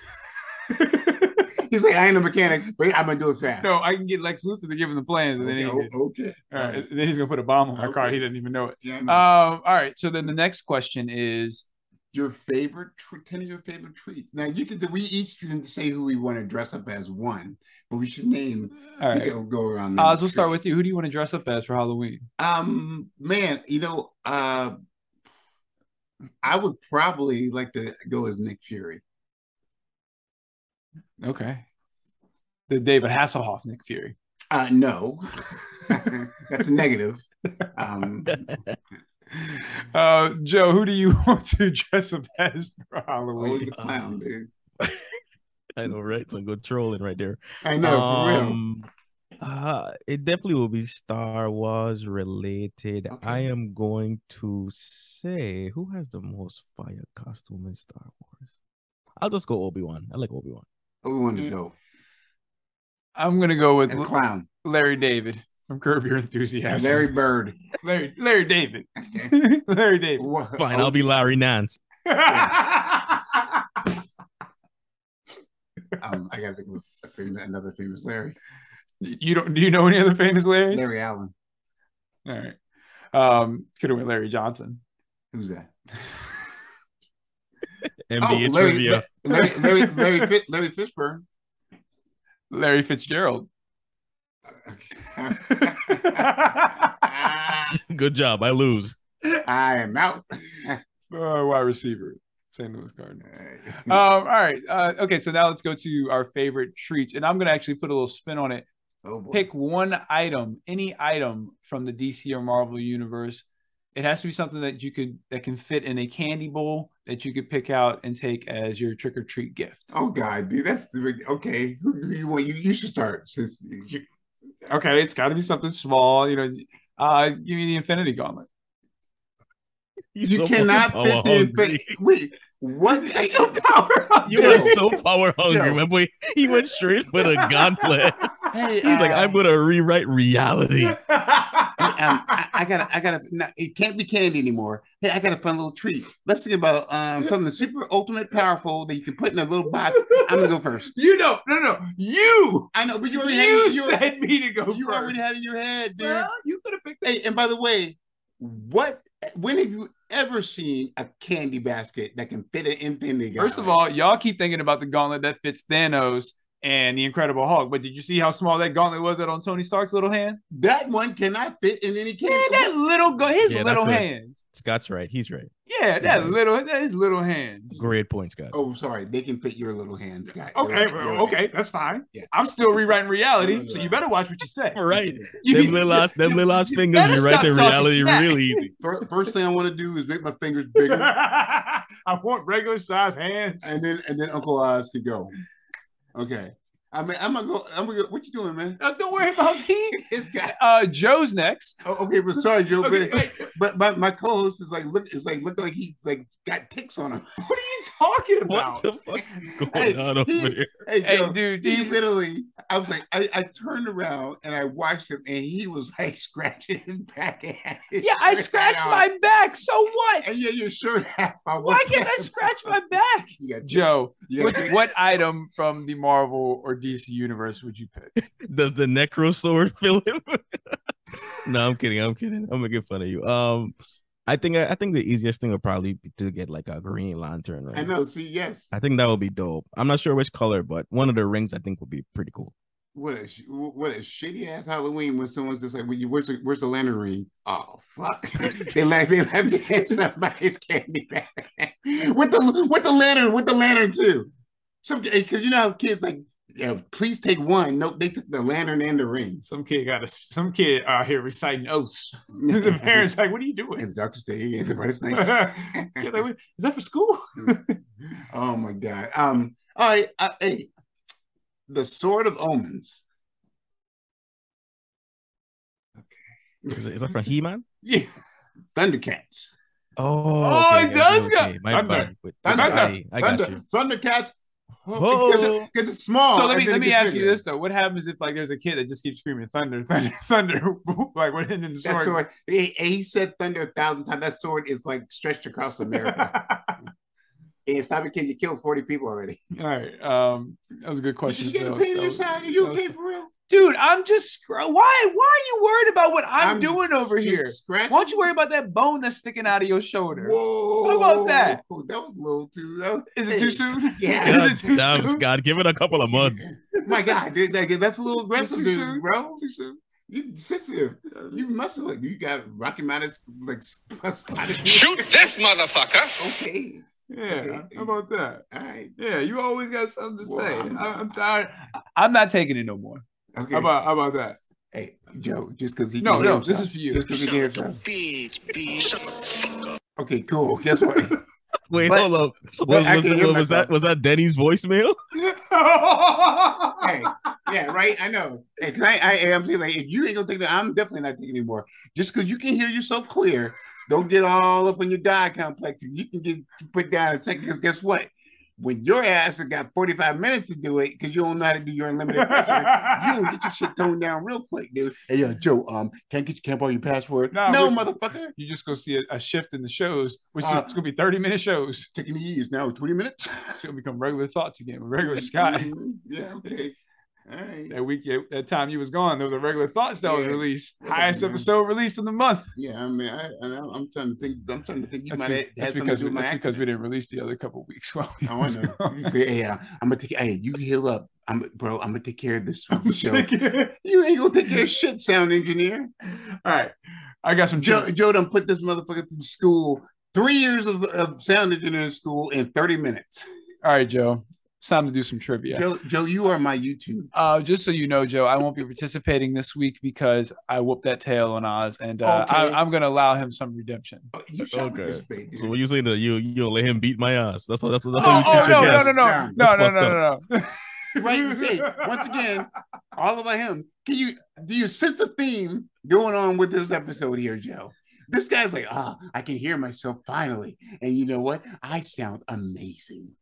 [SPEAKER 6] He's like, I ain't a mechanic, but I'm gonna do it fast.
[SPEAKER 10] No, I can get Lex Luthor to give him the plans, and then,
[SPEAKER 6] okay,
[SPEAKER 10] he,
[SPEAKER 6] o- okay.
[SPEAKER 10] all right, and then he's gonna put a bomb on my car.
[SPEAKER 6] Okay.
[SPEAKER 10] He doesn't even know it.
[SPEAKER 6] Yeah, I
[SPEAKER 10] Um,
[SPEAKER 6] know.
[SPEAKER 5] Uh,
[SPEAKER 10] all right. So then the next question is,
[SPEAKER 6] your favorite tr- ten of your favorite treats. Now you could we each can say who we want to dress up as one, but we should name.
[SPEAKER 10] all
[SPEAKER 6] we
[SPEAKER 10] right,
[SPEAKER 6] could go around.
[SPEAKER 5] Uh,
[SPEAKER 10] Oz, we'll start with you. Who do you want to dress up as for Halloween?
[SPEAKER 6] Um, man, you know, uh, I would probably like to go as Nick Fury.
[SPEAKER 10] Okay. The David Hasselhoff, Nick Fury.
[SPEAKER 6] Uh, no, that's a negative. Um,
[SPEAKER 10] Uh, Joe, who do you want to dress up as for
[SPEAKER 6] always
[SPEAKER 10] Halloween?
[SPEAKER 6] a clown, dude.
[SPEAKER 7] I know, right? So good trolling right there.
[SPEAKER 6] I know for real.
[SPEAKER 7] Um, uh, it definitely will be Star Wars related.
[SPEAKER 6] Okay.
[SPEAKER 7] I am going to say who has the most fire costume in Star Wars. I'll just go Obi Wan. I like Obi Wan.
[SPEAKER 6] Everyone is dope.
[SPEAKER 10] I'm gonna go with
[SPEAKER 6] And clown.
[SPEAKER 10] Larry David from Curb Your
[SPEAKER 6] And
[SPEAKER 10] Enthusiasm.
[SPEAKER 6] Larry Bird.
[SPEAKER 10] Larry, Larry David.
[SPEAKER 6] Okay.
[SPEAKER 10] Larry David.
[SPEAKER 6] What-
[SPEAKER 7] Fine, I'll be Larry Nance.
[SPEAKER 6] Um, I gotta think of a fam- another famous Larry.
[SPEAKER 10] you don't? Do you know any other famous Larry?
[SPEAKER 6] Larry Allen.
[SPEAKER 10] All right. Um, could have went Larry Johnson.
[SPEAKER 6] Who's that? Oh,
[SPEAKER 7] NBA
[SPEAKER 6] Larry,
[SPEAKER 7] trivia.
[SPEAKER 6] Larry, Larry, Larry, Fit, Larry Fishburne.
[SPEAKER 10] Larry Fitzgerald.
[SPEAKER 6] Ah,
[SPEAKER 7] Good job. I lose.
[SPEAKER 6] I am out.
[SPEAKER 10] Uh, wide receiver, St. Louis Cardinals. Um, all right. Uh, okay, so now let's go to our favorite treats, and I'm gonna actually put a little spin on it.
[SPEAKER 6] oh boy.
[SPEAKER 10] Pick one item, any item from the DC or Marvel universe. It has to be something that you could that can fit in a candy bowl that you could pick out and take as your trick or treat gift.
[SPEAKER 6] Oh God, dude, that's the big- okay. Who, who you want? You, you should start since you,
[SPEAKER 10] Okay, it's got to be something small. You know, uh, give me the Infinity Gauntlet.
[SPEAKER 6] you
[SPEAKER 7] so
[SPEAKER 6] cannot
[SPEAKER 7] power
[SPEAKER 6] fit the
[SPEAKER 7] hungry.
[SPEAKER 6] infinity. Wait, what?
[SPEAKER 10] So power.
[SPEAKER 7] You were so power hungry.
[SPEAKER 6] Joe.
[SPEAKER 7] Remember, he went straight for the gauntlet.
[SPEAKER 6] hey, uh,
[SPEAKER 7] He's like, I'm gonna rewrite reality.
[SPEAKER 6] um, I, I gotta, I gotta. No, it can't be candy anymore. Hey, I got a fun little treat. Let's think about um something super ultimate powerful that you can put in a little box. I'm gonna go first.
[SPEAKER 10] You know, no, no, you.
[SPEAKER 6] I know, but you
[SPEAKER 10] You,
[SPEAKER 6] already had. it- You, already-
[SPEAKER 10] said me to go
[SPEAKER 6] you
[SPEAKER 10] first.
[SPEAKER 6] already had it in your head, dude.
[SPEAKER 10] well, you could have picked that.
[SPEAKER 6] Hey, and by the way, what? When have you ever seen a candy basket that can fit an infinity?
[SPEAKER 10] First of
[SPEAKER 6] gauntlet?
[SPEAKER 10] all, y'all keep thinking about the gauntlet that fits Thanos and the Incredible Hulk, but did you see how small that gauntlet was that on Tony Stark's little hand?
[SPEAKER 6] that one cannot fit in any
[SPEAKER 10] Yeah,
[SPEAKER 6] candy.
[SPEAKER 10] that little go his
[SPEAKER 7] Yeah, that
[SPEAKER 10] little
[SPEAKER 7] could.
[SPEAKER 10] hands.
[SPEAKER 7] Scott's right. He's right.
[SPEAKER 10] Yeah, that
[SPEAKER 7] Yeah.
[SPEAKER 10] little that his little hands.
[SPEAKER 7] Great point, Scott.
[SPEAKER 6] Oh, sorry, they can fit your little hand, Scott. You're
[SPEAKER 10] Okay,
[SPEAKER 6] right,
[SPEAKER 10] well,
[SPEAKER 6] you're right.
[SPEAKER 10] okay, that's fine.
[SPEAKER 6] Yeah.
[SPEAKER 10] I'm still rewriting
[SPEAKER 6] No,
[SPEAKER 10] reality,
[SPEAKER 6] no,
[SPEAKER 10] so
[SPEAKER 6] no.
[SPEAKER 10] you better watch what you say.
[SPEAKER 7] All right.
[SPEAKER 10] You-
[SPEAKER 7] them little ass, them
[SPEAKER 10] you-
[SPEAKER 7] little ass
[SPEAKER 10] you
[SPEAKER 7] fingers
[SPEAKER 10] better
[SPEAKER 7] rewrite the
[SPEAKER 10] stop talking
[SPEAKER 7] reality
[SPEAKER 10] smack.
[SPEAKER 7] real easy.
[SPEAKER 6] Fir- First thing I want to do is make my fingers bigger,
[SPEAKER 10] I want regular size hands.
[SPEAKER 6] and then and then Uncle Oz can go. Okay, I mean I'm gonna go. I'm gonna. Go, what you doing, man?
[SPEAKER 10] Uh, don't worry about me.
[SPEAKER 6] It's got.
[SPEAKER 10] Uh, Joe's next.
[SPEAKER 6] Oh, okay, but sorry, Joe.
[SPEAKER 10] Okay,
[SPEAKER 6] but
[SPEAKER 10] wait,
[SPEAKER 6] but my, my co-host is like look. It's like look like he like got ticks on him.
[SPEAKER 10] what are you talking
[SPEAKER 7] What
[SPEAKER 10] about?
[SPEAKER 7] the fuck is going
[SPEAKER 6] Hey,
[SPEAKER 7] on over
[SPEAKER 6] he-
[SPEAKER 7] here?
[SPEAKER 6] Hey,
[SPEAKER 10] hey,
[SPEAKER 6] Joe,
[SPEAKER 10] dude,
[SPEAKER 6] he
[SPEAKER 10] these-
[SPEAKER 6] literally. I was like, I, I turned around and I watched him, and he was like scratching his back. At his
[SPEAKER 10] yeah, I
[SPEAKER 6] shirt
[SPEAKER 10] scratched
[SPEAKER 6] out.
[SPEAKER 10] my back. So what?
[SPEAKER 6] And yeah, your shirt half.
[SPEAKER 10] Why can't I scratch my back?
[SPEAKER 6] You got
[SPEAKER 10] Joe,
[SPEAKER 6] You got
[SPEAKER 10] what,
[SPEAKER 6] ticks.
[SPEAKER 10] what item from the Marvel or DC universe would you pick?
[SPEAKER 7] Does the necro sword fill him? no, I'm kidding. I'm kidding. I'm making fun of you. Um, I think I, I think the easiest thing would probably be to get like a Green Lantern. Right?
[SPEAKER 6] I know. See, yes.
[SPEAKER 7] I think that would be dope. I'm not sure which color, but one of the rings I think would be pretty cool.
[SPEAKER 6] what a sh- what a shitty ass Halloween when someone's just like, well, you, "Where's the where's the lantern ring?" Oh fuck! they left they left it in somebody's candy bag with the with the lantern with the lantern too. Some because you know how kids like, yeah, please take one. Nope, they took the lantern and the ring.
[SPEAKER 10] Some kid got a some kid out here reciting oaths. the parents like, "What are you doing?"
[SPEAKER 6] And the darkest day and the brightest night.
[SPEAKER 10] Kid like, "Wait, Is that for school?
[SPEAKER 6] oh my god. Um. All right. Uh, hey, the Sword of Omens.
[SPEAKER 7] Is that- is that from He Man?
[SPEAKER 10] Yeah.
[SPEAKER 6] Thundercats.
[SPEAKER 7] Oh,
[SPEAKER 10] Oh,
[SPEAKER 7] okay,
[SPEAKER 10] it
[SPEAKER 7] okay,
[SPEAKER 10] does
[SPEAKER 7] okay.
[SPEAKER 10] got-
[SPEAKER 7] My
[SPEAKER 10] Thunder.
[SPEAKER 7] bad. Wait,
[SPEAKER 6] Thunder.
[SPEAKER 7] I, I got
[SPEAKER 6] Thunder.
[SPEAKER 7] you.
[SPEAKER 6] Thundercats. Oh,
[SPEAKER 7] Ho.
[SPEAKER 6] Because because it's small.
[SPEAKER 10] so let
[SPEAKER 6] and
[SPEAKER 10] me
[SPEAKER 6] then
[SPEAKER 10] let
[SPEAKER 6] it
[SPEAKER 10] me
[SPEAKER 6] gets
[SPEAKER 10] ask you
[SPEAKER 6] bigger.
[SPEAKER 10] this though: What happens if like there's a kid that just keeps screaming thunder, thunder, thunder? like what? And then the
[SPEAKER 6] That
[SPEAKER 10] sword.
[SPEAKER 6] sword. He, he said thunder a thousand times. That sword is like stretched across America. and stop it, kid. You killed 40 people already.
[SPEAKER 10] All right, um, that was a good question.
[SPEAKER 6] You got
[SPEAKER 10] Phil.
[SPEAKER 6] a pain in
[SPEAKER 10] That
[SPEAKER 6] your
[SPEAKER 10] was-
[SPEAKER 6] side. Are you
[SPEAKER 10] that was-
[SPEAKER 6] okay for real?
[SPEAKER 10] Dude, I'm just scr- why why are you worried about what I'm,
[SPEAKER 6] I'm
[SPEAKER 10] doing over
[SPEAKER 6] just
[SPEAKER 10] here?
[SPEAKER 6] scratching.
[SPEAKER 10] Why don't you worry about that bone that's sticking out of your shoulder?
[SPEAKER 6] Whoa.
[SPEAKER 10] What about that?
[SPEAKER 6] That was a little too. That was,
[SPEAKER 10] Is it too
[SPEAKER 6] hey,
[SPEAKER 10] soon?
[SPEAKER 6] Yeah.
[SPEAKER 10] Is it too
[SPEAKER 7] Damn,
[SPEAKER 10] soon?
[SPEAKER 7] Scott, give it a couple of months.
[SPEAKER 6] My God. dude, like, that's a little aggressive,
[SPEAKER 10] too
[SPEAKER 6] dude,
[SPEAKER 10] soon?
[SPEAKER 6] bro.
[SPEAKER 10] Too soon?
[SPEAKER 6] You sensitive. You muscle it. You got Rocky Mountain like spotted.
[SPEAKER 8] Shoot this motherfucker!
[SPEAKER 6] Okay.
[SPEAKER 10] Yeah.
[SPEAKER 6] Okay.
[SPEAKER 10] How about that?
[SPEAKER 6] All right.
[SPEAKER 10] Yeah, you always got something to
[SPEAKER 6] Well,
[SPEAKER 10] say.
[SPEAKER 6] I'm-
[SPEAKER 10] I'm, I'm tired. I- I'm not taking it no more.
[SPEAKER 6] Okay.
[SPEAKER 10] How about how about that?
[SPEAKER 6] Hey, Joe, just because he
[SPEAKER 10] No,
[SPEAKER 6] can hear
[SPEAKER 10] no, this
[SPEAKER 6] himself.
[SPEAKER 10] is for you.
[SPEAKER 6] Just because he can hear himself.
[SPEAKER 8] Bitch, bitch, shut the fuck up.
[SPEAKER 6] Okay, cool. Guess what?
[SPEAKER 7] Wait,
[SPEAKER 6] But-
[SPEAKER 7] hold up. Was,
[SPEAKER 6] I
[SPEAKER 7] was
[SPEAKER 6] can
[SPEAKER 7] that-
[SPEAKER 6] hear
[SPEAKER 7] was
[SPEAKER 6] myself.
[SPEAKER 7] that was that Denny's voicemail?
[SPEAKER 6] hey, yeah, right. I know. Hey, 'cause I, I am saying like, if you ain't gonna think that, I'm definitely not thinking anymore. Just because you can hear yourself clear, don't get all up on your God complex. and You can get put down in a second. Because guess what? When your ass has got 45 minutes to do it, because you don't know how to do your unlimited pressure, you gonna get your shit toned down real quick, dude. Hey, yo, Joe, um, can't get you can't borrow your password.
[SPEAKER 10] Nah,
[SPEAKER 6] no,
[SPEAKER 10] we-
[SPEAKER 6] motherfucker.
[SPEAKER 10] You just gonna see a, a shift in the shows, which
[SPEAKER 6] Uh,
[SPEAKER 10] is it's gonna be 30 minute shows.
[SPEAKER 6] Taking the years now, 20 minutes.
[SPEAKER 10] It's gonna become regular thoughts again with regular Scott.
[SPEAKER 6] Mhm. yeah, okay. All right.
[SPEAKER 10] that week that time you was gone, there was a regular thoughts that was
[SPEAKER 6] Yeah.
[SPEAKER 10] released.
[SPEAKER 6] Yeah,
[SPEAKER 10] Highest
[SPEAKER 6] man.
[SPEAKER 10] episode released in the month.
[SPEAKER 6] Yeah, I mean, I, and I'm, I'm trying to think. I'm trying to think. You
[SPEAKER 10] That's,
[SPEAKER 6] might
[SPEAKER 10] be-
[SPEAKER 6] have
[SPEAKER 10] that's
[SPEAKER 6] had something to
[SPEAKER 10] because,
[SPEAKER 6] do
[SPEAKER 10] we,
[SPEAKER 6] with my
[SPEAKER 10] that's because
[SPEAKER 6] accident.
[SPEAKER 10] we didn't release the other couple weeks. While we
[SPEAKER 6] Oh, I know. You say, hey, uh, I'm gonna take. Hey, you heal up. I'm, bro. I'm gonna take care of this fucking show. You ain't gonna take care of shit, sound engineer.
[SPEAKER 10] All right, I got some.
[SPEAKER 6] Joe, Joe done put this motherfucker through school. Three years of, of sound engineering school in 30 minutes.
[SPEAKER 10] All right, Joe, it's time to do some trivia.
[SPEAKER 6] Joe, Joe, you are my YouTube.
[SPEAKER 10] Uh, just so you know, Joe, I won't be participating this week because I whooped that tail on Oz, and uh, I,
[SPEAKER 6] Okay.
[SPEAKER 10] I'm going to allow him some redemption.
[SPEAKER 6] Oh, You shall
[SPEAKER 7] Okay.
[SPEAKER 6] participate. dude.
[SPEAKER 7] So what you saying that you you don't let him beat my ass? That's how that's, that's
[SPEAKER 10] oh,
[SPEAKER 7] how you
[SPEAKER 10] oh,
[SPEAKER 7] treat
[SPEAKER 10] no, no,
[SPEAKER 7] your guests.
[SPEAKER 10] no, no,
[SPEAKER 6] Sound.
[SPEAKER 10] no, no,
[SPEAKER 7] That's
[SPEAKER 10] no, no, no.
[SPEAKER 6] right? You see, once again, all about him. Can you do you sense a theme going on with this episode here, Joe? This guy's like, ah, I can hear myself finally, and you know what? I sound amazing.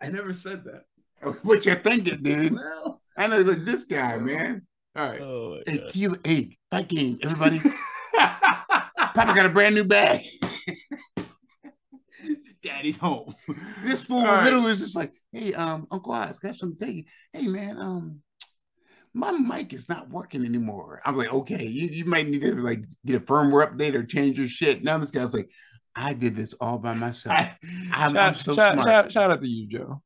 [SPEAKER 10] I never said that.
[SPEAKER 6] What you thinking, dude?
[SPEAKER 10] Well,
[SPEAKER 6] I know like this guy, man.
[SPEAKER 10] all right.
[SPEAKER 7] Oh my
[SPEAKER 6] Hey,
[SPEAKER 7] God.
[SPEAKER 6] Keela, hey, fight game, everybody. Papa got a brand new bag.
[SPEAKER 10] Daddy's home.
[SPEAKER 6] This fool
[SPEAKER 10] All right.
[SPEAKER 6] literally is just like, hey, um, Uncle Oz, got something to tell you. Hey, man, um, my mic is not working anymore. I'm like, okay, you, you might need to like get a firmware update or change your shit. Now this guy's like, I did this all by myself. I'm- I'm so
[SPEAKER 10] shout,
[SPEAKER 6] smart.
[SPEAKER 10] Shout, shout out to you, Joe.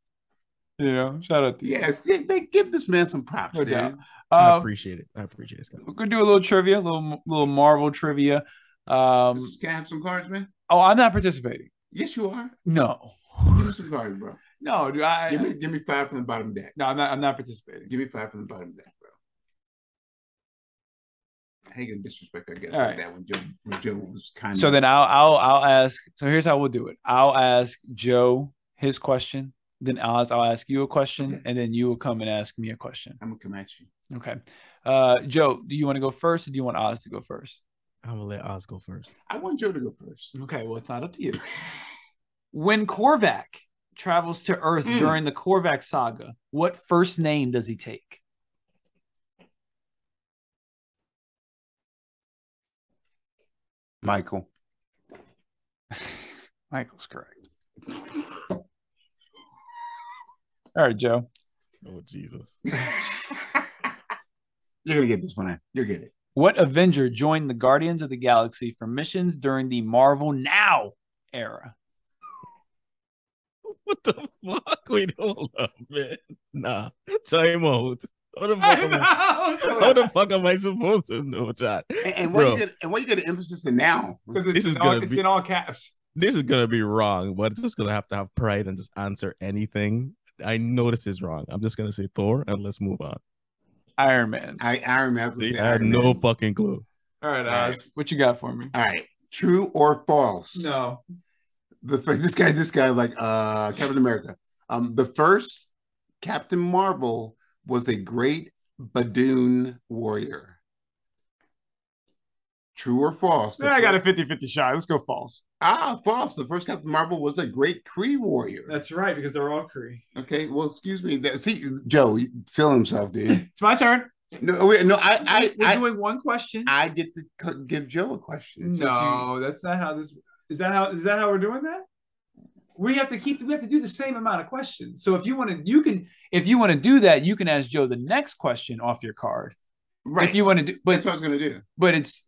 [SPEAKER 10] You know, shout out to you.
[SPEAKER 6] yes, they, they give this man some props.
[SPEAKER 10] No
[SPEAKER 6] dude.
[SPEAKER 10] doubt.
[SPEAKER 7] I
[SPEAKER 10] Um,
[SPEAKER 7] appreciate it. I appreciate it, Scott.
[SPEAKER 10] we're gonna do a little trivia, a little little Marvel trivia. Um,
[SPEAKER 6] Can I have some cards, man?
[SPEAKER 10] oh, I'm not participating.
[SPEAKER 6] Yes, you are.
[SPEAKER 10] No,
[SPEAKER 6] Give me some cards, bro.
[SPEAKER 10] no, dude, I,
[SPEAKER 6] Give me give me five from the bottom deck.
[SPEAKER 10] no, I'm not, I'm not participating.
[SPEAKER 6] Give me five from the bottom deck, bro. I ain't gonna disrespect I guess
[SPEAKER 10] All
[SPEAKER 6] like
[SPEAKER 10] right.
[SPEAKER 6] that when Joe when Joe was kind
[SPEAKER 10] So
[SPEAKER 6] of
[SPEAKER 10] then I'll I'll I'll ask. So here's how we'll do it. I'll ask Joe his question. Then Oz, I'll ask you a question,
[SPEAKER 6] Okay.
[SPEAKER 10] and then you will come and ask me a question.
[SPEAKER 6] I'm gonna come at you.
[SPEAKER 10] Okay. Uh, Joe, do you want to go first, or do you want Oz to go first?
[SPEAKER 7] I'm gonna let Oz go first.
[SPEAKER 6] I want Joe to go first.
[SPEAKER 10] Okay, well, it's not up to you. When Korvac travels to Earth
[SPEAKER 6] Mm.
[SPEAKER 10] during the Korvac saga, what first name does he take?
[SPEAKER 6] Michael.
[SPEAKER 10] Michael's correct. All right, Joe.
[SPEAKER 7] Oh Jesus.
[SPEAKER 6] You're gonna get this one. Ann. You'll get it.
[SPEAKER 10] What Avenger joined the Guardians of the Galaxy for missions during the Marvel Now era?
[SPEAKER 7] What the fuck? Wait, hold up, man. Nah. Time out. How the fuck, am I, how the fuck am I supposed to know that?
[SPEAKER 6] And, and why you get and why you get an emphasis to now?
[SPEAKER 10] Because
[SPEAKER 7] This
[SPEAKER 10] it's,
[SPEAKER 7] is
[SPEAKER 10] in all-
[SPEAKER 7] gonna
[SPEAKER 10] it's
[SPEAKER 7] be-
[SPEAKER 10] in all caps.
[SPEAKER 7] this is gonna be wrong, but it's just gonna have to have pride and just answer anything. I know this is wrong. I'm just gonna say Thor and let's move on.
[SPEAKER 10] Iron Man.
[SPEAKER 6] I Iron Man.
[SPEAKER 7] See, I have no fucking clue.
[SPEAKER 10] All right, Oz, what you got for me?
[SPEAKER 6] All right, true or false?
[SPEAKER 10] No.
[SPEAKER 6] The fir- this guy, this guy, like uh Captain America. Um, the first Captain Marvel was a great Badoon warrior. True or false? The
[SPEAKER 10] Yeah, I got a
[SPEAKER 6] first-
[SPEAKER 10] 50-50 shot. Let's go false.
[SPEAKER 6] Ah, false. The first Captain Marvel was a great Kree warrior.
[SPEAKER 10] That's right, because they're all Kree.
[SPEAKER 6] Okay, well, excuse me. That, see, Joe, you feel himself, dude.
[SPEAKER 10] It's my turn.
[SPEAKER 6] No, wait, no, I, I,
[SPEAKER 10] We're
[SPEAKER 6] I,
[SPEAKER 10] doing one question.
[SPEAKER 6] I get to co- give Joe a question. since
[SPEAKER 10] No, that's not how this is that how is that how we're doing that? We have to keep we have to do the same amount of questions. So if you want to you can if you want to do that, you can ask Joe the next question off your card.
[SPEAKER 6] you, right?
[SPEAKER 10] If you want to do but
[SPEAKER 6] That's what I was gonna do.
[SPEAKER 10] but it's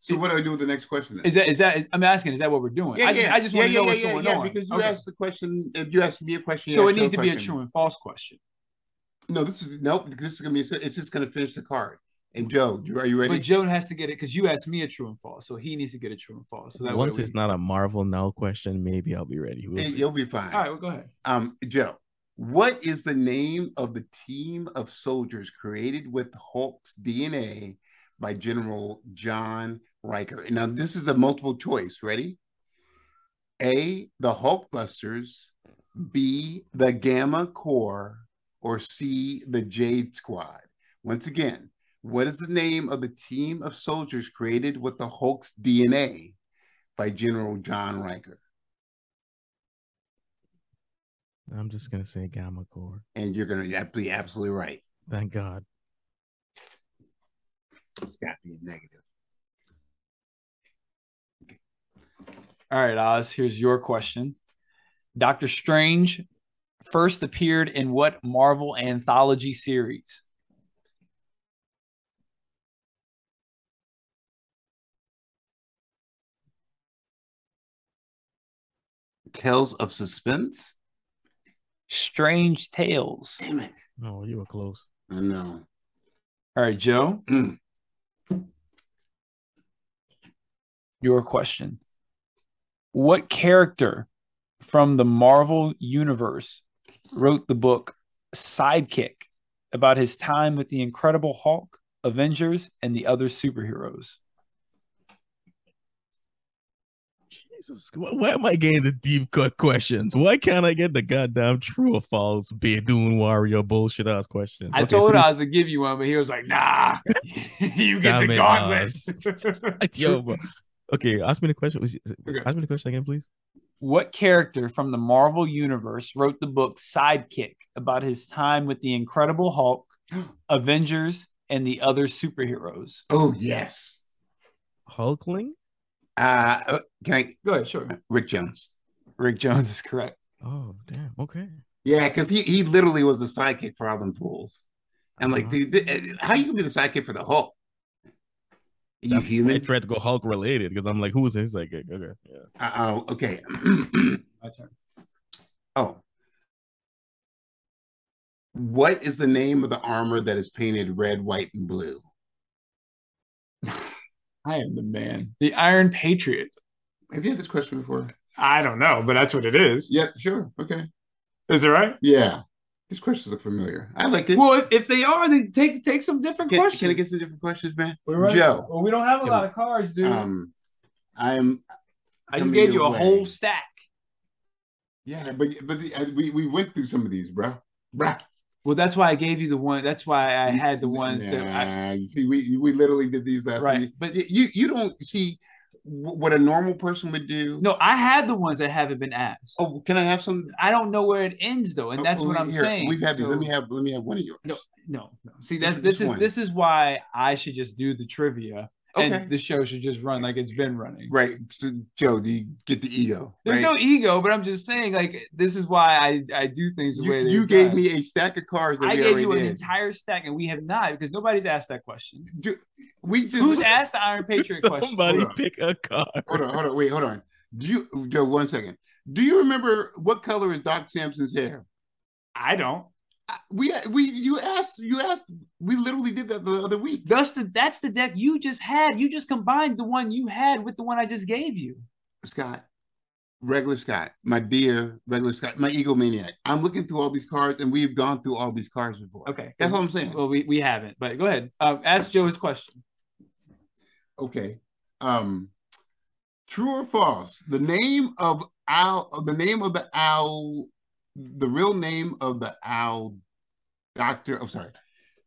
[SPEAKER 6] So what do I do with the next question? Then?
[SPEAKER 10] is that is that I'm asking, is that what we're doing? I just I just want to know what's going on.
[SPEAKER 6] Because you
[SPEAKER 10] Okay.
[SPEAKER 6] asked the question, if you asked me a question, you
[SPEAKER 10] so it
[SPEAKER 6] asked Joe
[SPEAKER 10] needs to be a
[SPEAKER 6] question.
[SPEAKER 10] true and false question.
[SPEAKER 6] No, this is nope. This is gonna be. It's just gonna finish the card. And Joe, you- are you ready?
[SPEAKER 10] But Joe has to get it because you asked me a true and false. So he needs to get a true and false. So that
[SPEAKER 7] Once
[SPEAKER 10] way we-
[SPEAKER 7] it's not a Marvel Now question, maybe I'll be ready. We'll
[SPEAKER 6] Hey,
[SPEAKER 7] see.
[SPEAKER 6] You'll be fine.
[SPEAKER 10] all right, well go ahead.
[SPEAKER 6] Um, Joe, what is the name of the team of soldiers created with Hulk's DNA by General John Riker? Now, this is a multiple choice. Ready? A, the Hulkbusters, B, the Gamma Corps, or C, the Jade Squad. Once again, what is the name of the team of soldiers created with the Hulk's DNA by General John Riker?
[SPEAKER 7] I'm just gonna say Gamma Core.
[SPEAKER 6] And you're going to be absolutely right.
[SPEAKER 7] Thank God.
[SPEAKER 6] It's got to be a negative.
[SPEAKER 10] All right, Oz, here's your question. Doctor Strange first appeared in what Marvel anthology series?
[SPEAKER 6] Tales of Suspense.
[SPEAKER 10] Strange Tales.
[SPEAKER 6] Damn it!
[SPEAKER 7] Oh, you were close.
[SPEAKER 6] I know.
[SPEAKER 10] All right, Joe,
[SPEAKER 6] Mm.
[SPEAKER 10] your question. What character from the Marvel Universe wrote the book Sidekick about his time with the Incredible Hulk, Avengers, and the other superheroes?
[SPEAKER 7] Jesus, why, why am I getting the deep cut questions? Why can't I get the goddamn true or false Bedoon Warrior bullshit ass question?
[SPEAKER 10] I told Oz to give you one, but he was like, nah, you get
[SPEAKER 7] Damn
[SPEAKER 10] the
[SPEAKER 7] it,
[SPEAKER 10] gauntlet.
[SPEAKER 7] Yo, bro. Okay, ask me the question. Was- is it-
[SPEAKER 10] Okay.
[SPEAKER 7] Ask me the question again, please.
[SPEAKER 10] what character from the Marvel Universe wrote the book Sidekick about his time with the Incredible Hulk, Avengers, and the other superheroes?
[SPEAKER 6] Oh yes.
[SPEAKER 7] Hulkling?
[SPEAKER 6] Uh, uh, can I?
[SPEAKER 10] Go ahead, sure.
[SPEAKER 6] Rick Jones.
[SPEAKER 10] Rick Jones is correct.
[SPEAKER 7] Oh, damn. Okay.
[SPEAKER 6] Yeah, because he he literally was the sidekick for all them fools. I'm like,
[SPEAKER 7] Uh-huh.
[SPEAKER 6] dude, th- how you gonna be the sidekick for the Hulk? Are you
[SPEAKER 7] That's- I
[SPEAKER 6] human?
[SPEAKER 7] tried to go Hulk related because I'm like, who is this? Like, okay, yeah.
[SPEAKER 6] Uh oh. Okay.
[SPEAKER 10] My turn.
[SPEAKER 6] oh. What is the name of the armor that is painted red, white, and blue?
[SPEAKER 10] I am the man, the Iron Patriot.
[SPEAKER 6] Have you had this question before?
[SPEAKER 10] I don't know, but that's what it is.
[SPEAKER 6] Yeah, sure. Okay.
[SPEAKER 10] Is it right?
[SPEAKER 6] Yeah. These questions look familiar. I like it.
[SPEAKER 10] Well, if, if they are, then take take some different
[SPEAKER 6] Can,
[SPEAKER 10] questions.
[SPEAKER 6] can I get some different questions, man?
[SPEAKER 10] We're running-
[SPEAKER 6] Joe.
[SPEAKER 10] Well, we don't have a lot of cards, dude.
[SPEAKER 6] Um, I'm.
[SPEAKER 10] I just
[SPEAKER 6] coming
[SPEAKER 10] gave you
[SPEAKER 6] your
[SPEAKER 10] a
[SPEAKER 6] way.
[SPEAKER 10] whole stack.
[SPEAKER 6] Yeah, but but the, uh, we we went through some of these, bro. Bro,
[SPEAKER 10] Well, that's why I gave you the one. That's why I had the ones that I,
[SPEAKER 6] Nah, you see, we we literally did these last.
[SPEAKER 10] Right,
[SPEAKER 6] week.
[SPEAKER 10] but-
[SPEAKER 6] Y- you you don't see wh- what a normal person would do.
[SPEAKER 10] No, I had the ones that haven't been asked.
[SPEAKER 6] Oh, can I have some?
[SPEAKER 10] I don't know where it ends though, and that's
[SPEAKER 6] Oh,
[SPEAKER 10] what I'm
[SPEAKER 6] here,
[SPEAKER 10] saying.
[SPEAKER 6] We've had these. Let
[SPEAKER 10] So-
[SPEAKER 6] me have let me have one of yours.
[SPEAKER 10] No, no, no. See
[SPEAKER 6] Just-
[SPEAKER 10] that this
[SPEAKER 6] just
[SPEAKER 10] is
[SPEAKER 6] one.
[SPEAKER 10] this is why I should just do the trivia,
[SPEAKER 6] Okay.
[SPEAKER 10] and the show should just run like it's been running.
[SPEAKER 6] Right. So Joe, do you get the ego?
[SPEAKER 10] There's
[SPEAKER 6] right?
[SPEAKER 10] no ego, but I'm just saying like this is why I I do things the
[SPEAKER 6] you,
[SPEAKER 10] way they.
[SPEAKER 6] you gave me a stack of cards that
[SPEAKER 10] I
[SPEAKER 6] we
[SPEAKER 10] gave
[SPEAKER 6] already
[SPEAKER 10] you an
[SPEAKER 6] did.
[SPEAKER 10] entire stack, and we have not because nobody's asked that question.
[SPEAKER 6] Do- we just
[SPEAKER 10] Who's asked the Iron Patriot question?
[SPEAKER 7] Somebody
[SPEAKER 6] Hold on.
[SPEAKER 7] pick a card.
[SPEAKER 6] hold on, hold on, wait, hold on. Do you Joe, one second? Do you remember what color is Doc Sampson's hair?
[SPEAKER 10] I don't.
[SPEAKER 6] we we you asked you asked we literally did that the other week.
[SPEAKER 10] That's the that's the deck you just had. You just combined the one you had with the one I just gave you.
[SPEAKER 6] Scott, regular Scott, my dear regular Scott, my egomaniac. I'm looking through all these cards, and we've gone through all these cards before.
[SPEAKER 10] Okay,
[SPEAKER 6] that's what I'm saying.
[SPEAKER 10] Well, we, we haven't, but go ahead. Um, ask Joe his question.
[SPEAKER 6] Okay, um, true or false? The name of owl, the name of the owl, the real name of the owl Doctor, oh, sorry.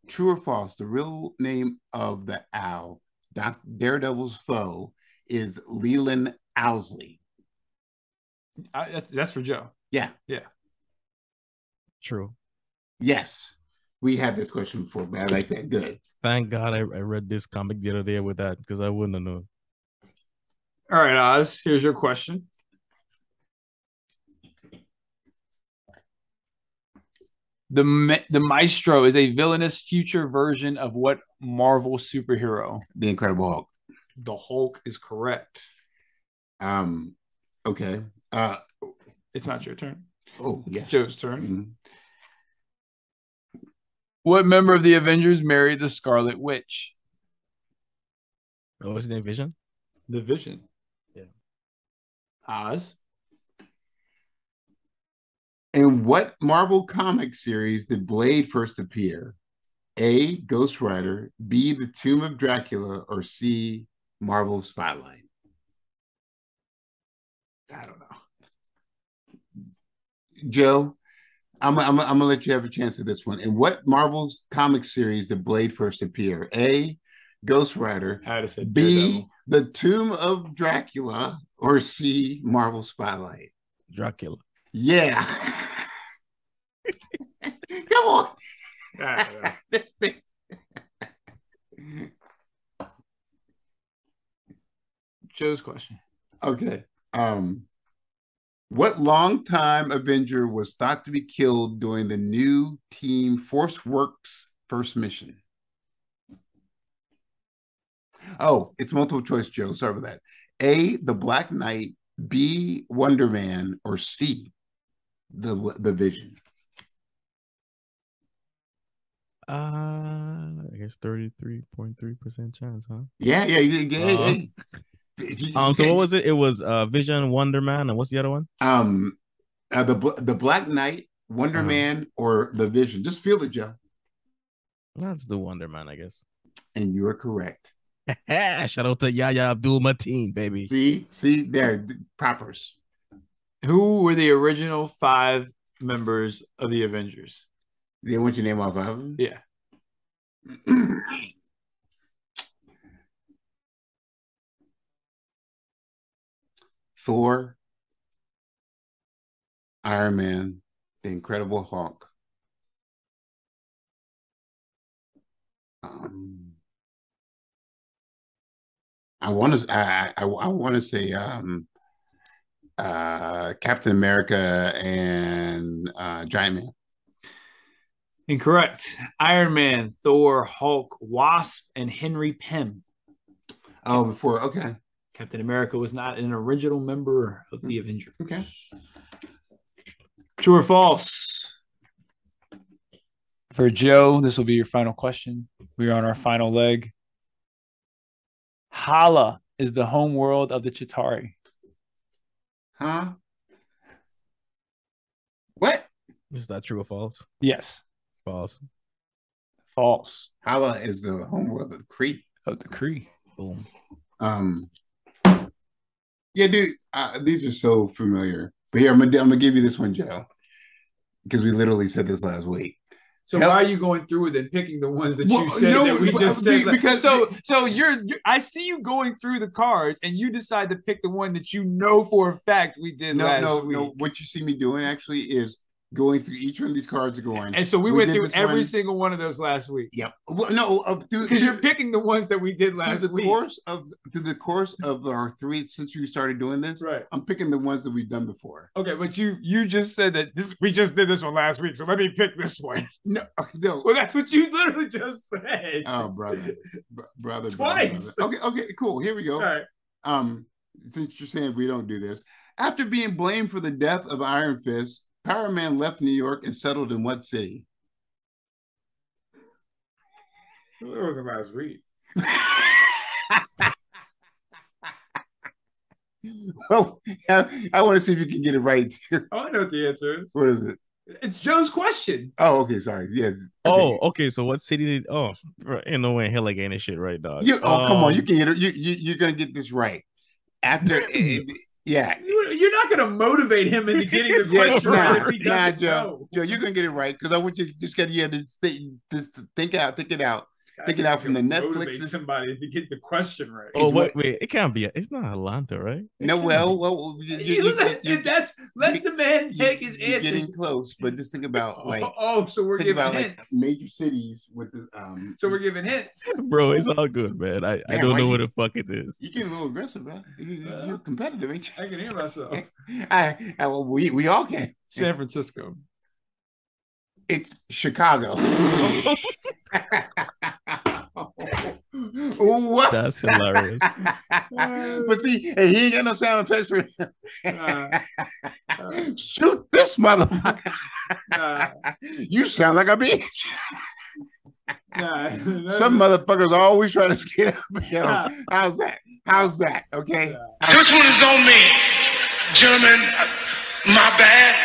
[SPEAKER 6] True or false, the real name of the owl, Doc, Daredevil's foe, is Leland Owsley.
[SPEAKER 10] I, Uh, that's, that's for Joe.
[SPEAKER 6] Yeah.
[SPEAKER 10] Yeah.
[SPEAKER 7] True.
[SPEAKER 6] Yes. We had this question before, but I like that. Good.
[SPEAKER 7] Thank God I, I read this comic the other day with that because I wouldn't have known.
[SPEAKER 10] All right, Oz, here's your question.
[SPEAKER 12] The Ma- the Maestro is a villainous future version of what Marvel superhero?
[SPEAKER 6] The Incredible Hulk.
[SPEAKER 10] The Hulk is correct.
[SPEAKER 6] Um. Okay. Uh.
[SPEAKER 10] It's not your turn.
[SPEAKER 6] Oh,
[SPEAKER 10] It's
[SPEAKER 6] yeah.
[SPEAKER 10] Joe's turn.
[SPEAKER 6] Mhm.
[SPEAKER 12] What member of the Avengers married the Scarlet Witch?
[SPEAKER 7] What was the vision?
[SPEAKER 10] The Vision.
[SPEAKER 7] Yeah.
[SPEAKER 10] Oz.
[SPEAKER 6] In what Marvel comic series did Blade first appear? A. Ghost Rider. B. The Tomb of Dracula. Or C. Marvel Spotlight.
[SPEAKER 10] I don't know.
[SPEAKER 6] Joe, I'm I'm I'm gonna let you have a chance at this one. In what Marvel's comic series did Blade first appear? A. Ghost Rider.
[SPEAKER 10] I had to say
[SPEAKER 6] B. The Tomb of Dracula. Or C. Marvel Spotlight.
[SPEAKER 7] Dracula.
[SPEAKER 6] Yeah. Come on.
[SPEAKER 10] Daredevil.
[SPEAKER 6] This thing-
[SPEAKER 10] Joe's question.
[SPEAKER 6] Okay. Um, what longtime Avenger was thought to be killed during the new Team Force Works first mission? Oh, it's multiple choice, Joe. Sorry about that. A. The Black Knight. B. Wonder Man. Or C. The the Vision.
[SPEAKER 7] Uh, I guess thirty three point three percent chance, huh?
[SPEAKER 6] Yeah, yeah, yeah. yeah,
[SPEAKER 7] Uh-huh.
[SPEAKER 6] yeah. If you-
[SPEAKER 7] Um, so what was it? It was uh Vision, Wonder Man, and what's the other one?
[SPEAKER 6] um uh, the Bl- the Black Knight, Wonder
[SPEAKER 7] Uh-huh.
[SPEAKER 6] Man, or the Vision? Just feel it, Joe.
[SPEAKER 7] That's the Wonder Man, I guess.
[SPEAKER 6] And you are correct.
[SPEAKER 7] Shout out to Yaya Abdul Mateen, baby.
[SPEAKER 6] See, see, there, th- propers.
[SPEAKER 10] Who were the original five members of the Avengers?
[SPEAKER 6] They want your name off of them.
[SPEAKER 10] Yeah.
[SPEAKER 6] Thor, Iron Man, The Incredible Hulk. Um, I want to. I I, I want to say um, uh, Captain America and uh, Giant Man.
[SPEAKER 10] Incorrect. Iron Man, Thor, Hulk, Wasp, and Henry Pym.
[SPEAKER 6] Oh, before okay,
[SPEAKER 10] Captain America was not an original member of
[SPEAKER 5] Hmm.
[SPEAKER 10] the Avengers.
[SPEAKER 6] okay.
[SPEAKER 10] True or false?
[SPEAKER 12] For Joe, this will be your final question. We are on our final leg. Hala is the home world of the Chitari.
[SPEAKER 6] Huh? What?
[SPEAKER 7] Is that true or false?
[SPEAKER 12] Yes,
[SPEAKER 7] False.
[SPEAKER 12] false
[SPEAKER 6] Hala is the homeworld of the Kree.
[SPEAKER 12] of the Kree.
[SPEAKER 7] Boom.
[SPEAKER 6] Um, yeah, dude, uh, these are so familiar. But here, I'm gonna, I'm gonna give you this one, Joe, because we literally said this last week.
[SPEAKER 10] So
[SPEAKER 6] Hell-
[SPEAKER 10] why are you going through it and picking the ones that
[SPEAKER 6] Well,
[SPEAKER 10] you said
[SPEAKER 6] no,
[SPEAKER 10] that we
[SPEAKER 6] but-
[SPEAKER 10] just said?
[SPEAKER 6] because-
[SPEAKER 10] so, so you're, you're. I see you going through the cards, and you decide to pick the one that you know for a fact we did
[SPEAKER 6] No,
[SPEAKER 10] last
[SPEAKER 6] no,
[SPEAKER 10] week.
[SPEAKER 6] no. What you see me doing actually is going through each one of these cards. Going,
[SPEAKER 10] And so we, went
[SPEAKER 6] did
[SPEAKER 10] through
[SPEAKER 6] this
[SPEAKER 10] every
[SPEAKER 6] one-
[SPEAKER 10] single one of those last week
[SPEAKER 6] Yep. Well, no, uh, through-
[SPEAKER 10] because you're
[SPEAKER 6] through-
[SPEAKER 10] picking the ones that we did last
[SPEAKER 6] through the
[SPEAKER 10] week.
[SPEAKER 6] course of through the course of our three since we started doing this.
[SPEAKER 10] Right.
[SPEAKER 6] I'm picking the ones that we've done before.
[SPEAKER 10] Okay, but you you just said that this we just did this one last week, so let me pick this one.
[SPEAKER 6] No, no.
[SPEAKER 10] Well, that's what you literally just said.
[SPEAKER 6] Oh, brother, Br- brother, brother,
[SPEAKER 10] Twice.
[SPEAKER 6] brother. Okay, okay, cool. Here we go.
[SPEAKER 10] All right.
[SPEAKER 6] um, since you're saying we don't do this, after being blamed for the death of Iron Fist, Power Man left New York and settled in what city?
[SPEAKER 5] That was a nice read.
[SPEAKER 6] Oh, I, I want to see if you can get it right.
[SPEAKER 5] Oh, I know what the answer is.
[SPEAKER 6] what is it?
[SPEAKER 5] It's Joe's question.
[SPEAKER 6] Oh, okay, sorry. Yes.
[SPEAKER 7] Oh, okay. So what city did? Oh, right, ain't no way in hell I getting this shit right, dog. Um,
[SPEAKER 6] You, oh, come on. You can get it. You, you, you're going to get this right. After, it, yeah.
[SPEAKER 5] You- You're not going to motivate him into getting the
[SPEAKER 6] Yes,
[SPEAKER 5] question right
[SPEAKER 6] nah,
[SPEAKER 5] if he
[SPEAKER 6] nah,
[SPEAKER 5] doesn't know.
[SPEAKER 6] Joe. Joe, you're gonna get it right because I want you to just gotta you have to thi- just to think out, think it out, think it out from the Netflix.
[SPEAKER 5] Motivate somebody to get the question right.
[SPEAKER 7] Oh wait, wait. It can't be. A, it's not Atlanta, right?
[SPEAKER 6] No, well, well, you, you,
[SPEAKER 5] You-
[SPEAKER 6] you, you,
[SPEAKER 5] that's let the man take his
[SPEAKER 6] you're
[SPEAKER 5] answer.
[SPEAKER 6] getting close, but just think about like
[SPEAKER 5] Oh, oh, so we're
[SPEAKER 6] think
[SPEAKER 5] giving
[SPEAKER 6] about like
[SPEAKER 5] hints.
[SPEAKER 6] major cities with this. Um,
[SPEAKER 5] so we're giving hints.
[SPEAKER 7] Bro, it's all good, man. I, I
[SPEAKER 6] Man,
[SPEAKER 7] don't
[SPEAKER 6] why
[SPEAKER 7] know
[SPEAKER 6] you-
[SPEAKER 7] what the fuck it is.
[SPEAKER 6] you getting a little aggressive, man. You, you-
[SPEAKER 5] Well,
[SPEAKER 6] you're competitive, ain't
[SPEAKER 5] Uh, I can hear myself.
[SPEAKER 6] you? I, I well, we we all can.
[SPEAKER 5] San Francisco.
[SPEAKER 6] It's Chicago. what?
[SPEAKER 7] That's hilarious.
[SPEAKER 6] but see, hey, he ain't got no sound effects for
[SPEAKER 5] Uh,
[SPEAKER 6] Shoot this motherfucker.
[SPEAKER 5] nah,
[SPEAKER 6] You sound like a bitch.
[SPEAKER 5] nah,
[SPEAKER 6] Some motherfuckers always trying to get up. You know,
[SPEAKER 5] Yeah.
[SPEAKER 6] how's that? How's that? Okay.
[SPEAKER 1] This one is on me, gentlemen. My bad.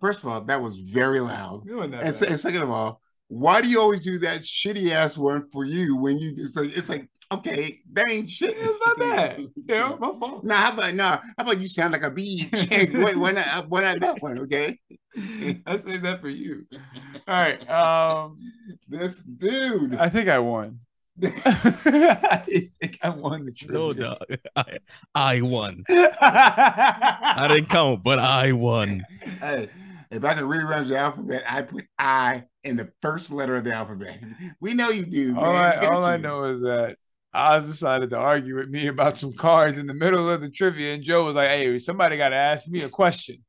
[SPEAKER 6] First of all, that was very loud.
[SPEAKER 5] You weren't that
[SPEAKER 6] And, se-
[SPEAKER 5] bad.
[SPEAKER 6] and second of all, why do you always do that shitty ass one for you when you do so? It's like, okay, that ain't shit.
[SPEAKER 5] It's not bad. You know, my fault.
[SPEAKER 6] Nah, how about nah? How about you sound like a bitch? why, why not? uh, Why not that one? Okay.
[SPEAKER 5] I saved that for you. All right. Um,
[SPEAKER 6] This dude.
[SPEAKER 10] I think I won.
[SPEAKER 5] I think I won the
[SPEAKER 7] No,
[SPEAKER 5] trivia.
[SPEAKER 7] dog. I, I won.
[SPEAKER 5] I
[SPEAKER 7] I didn't count, but I won.
[SPEAKER 6] Hey, if I could rerun the alphabet, I put I in the first letter of the alphabet. We know you do.
[SPEAKER 10] All
[SPEAKER 6] man.
[SPEAKER 10] I
[SPEAKER 6] Look at
[SPEAKER 10] all I
[SPEAKER 6] you.
[SPEAKER 10] know is that Oz decided to argue with me about some cards in the middle of the trivia, and Joe was like, "Hey, somebody got to ask me a question."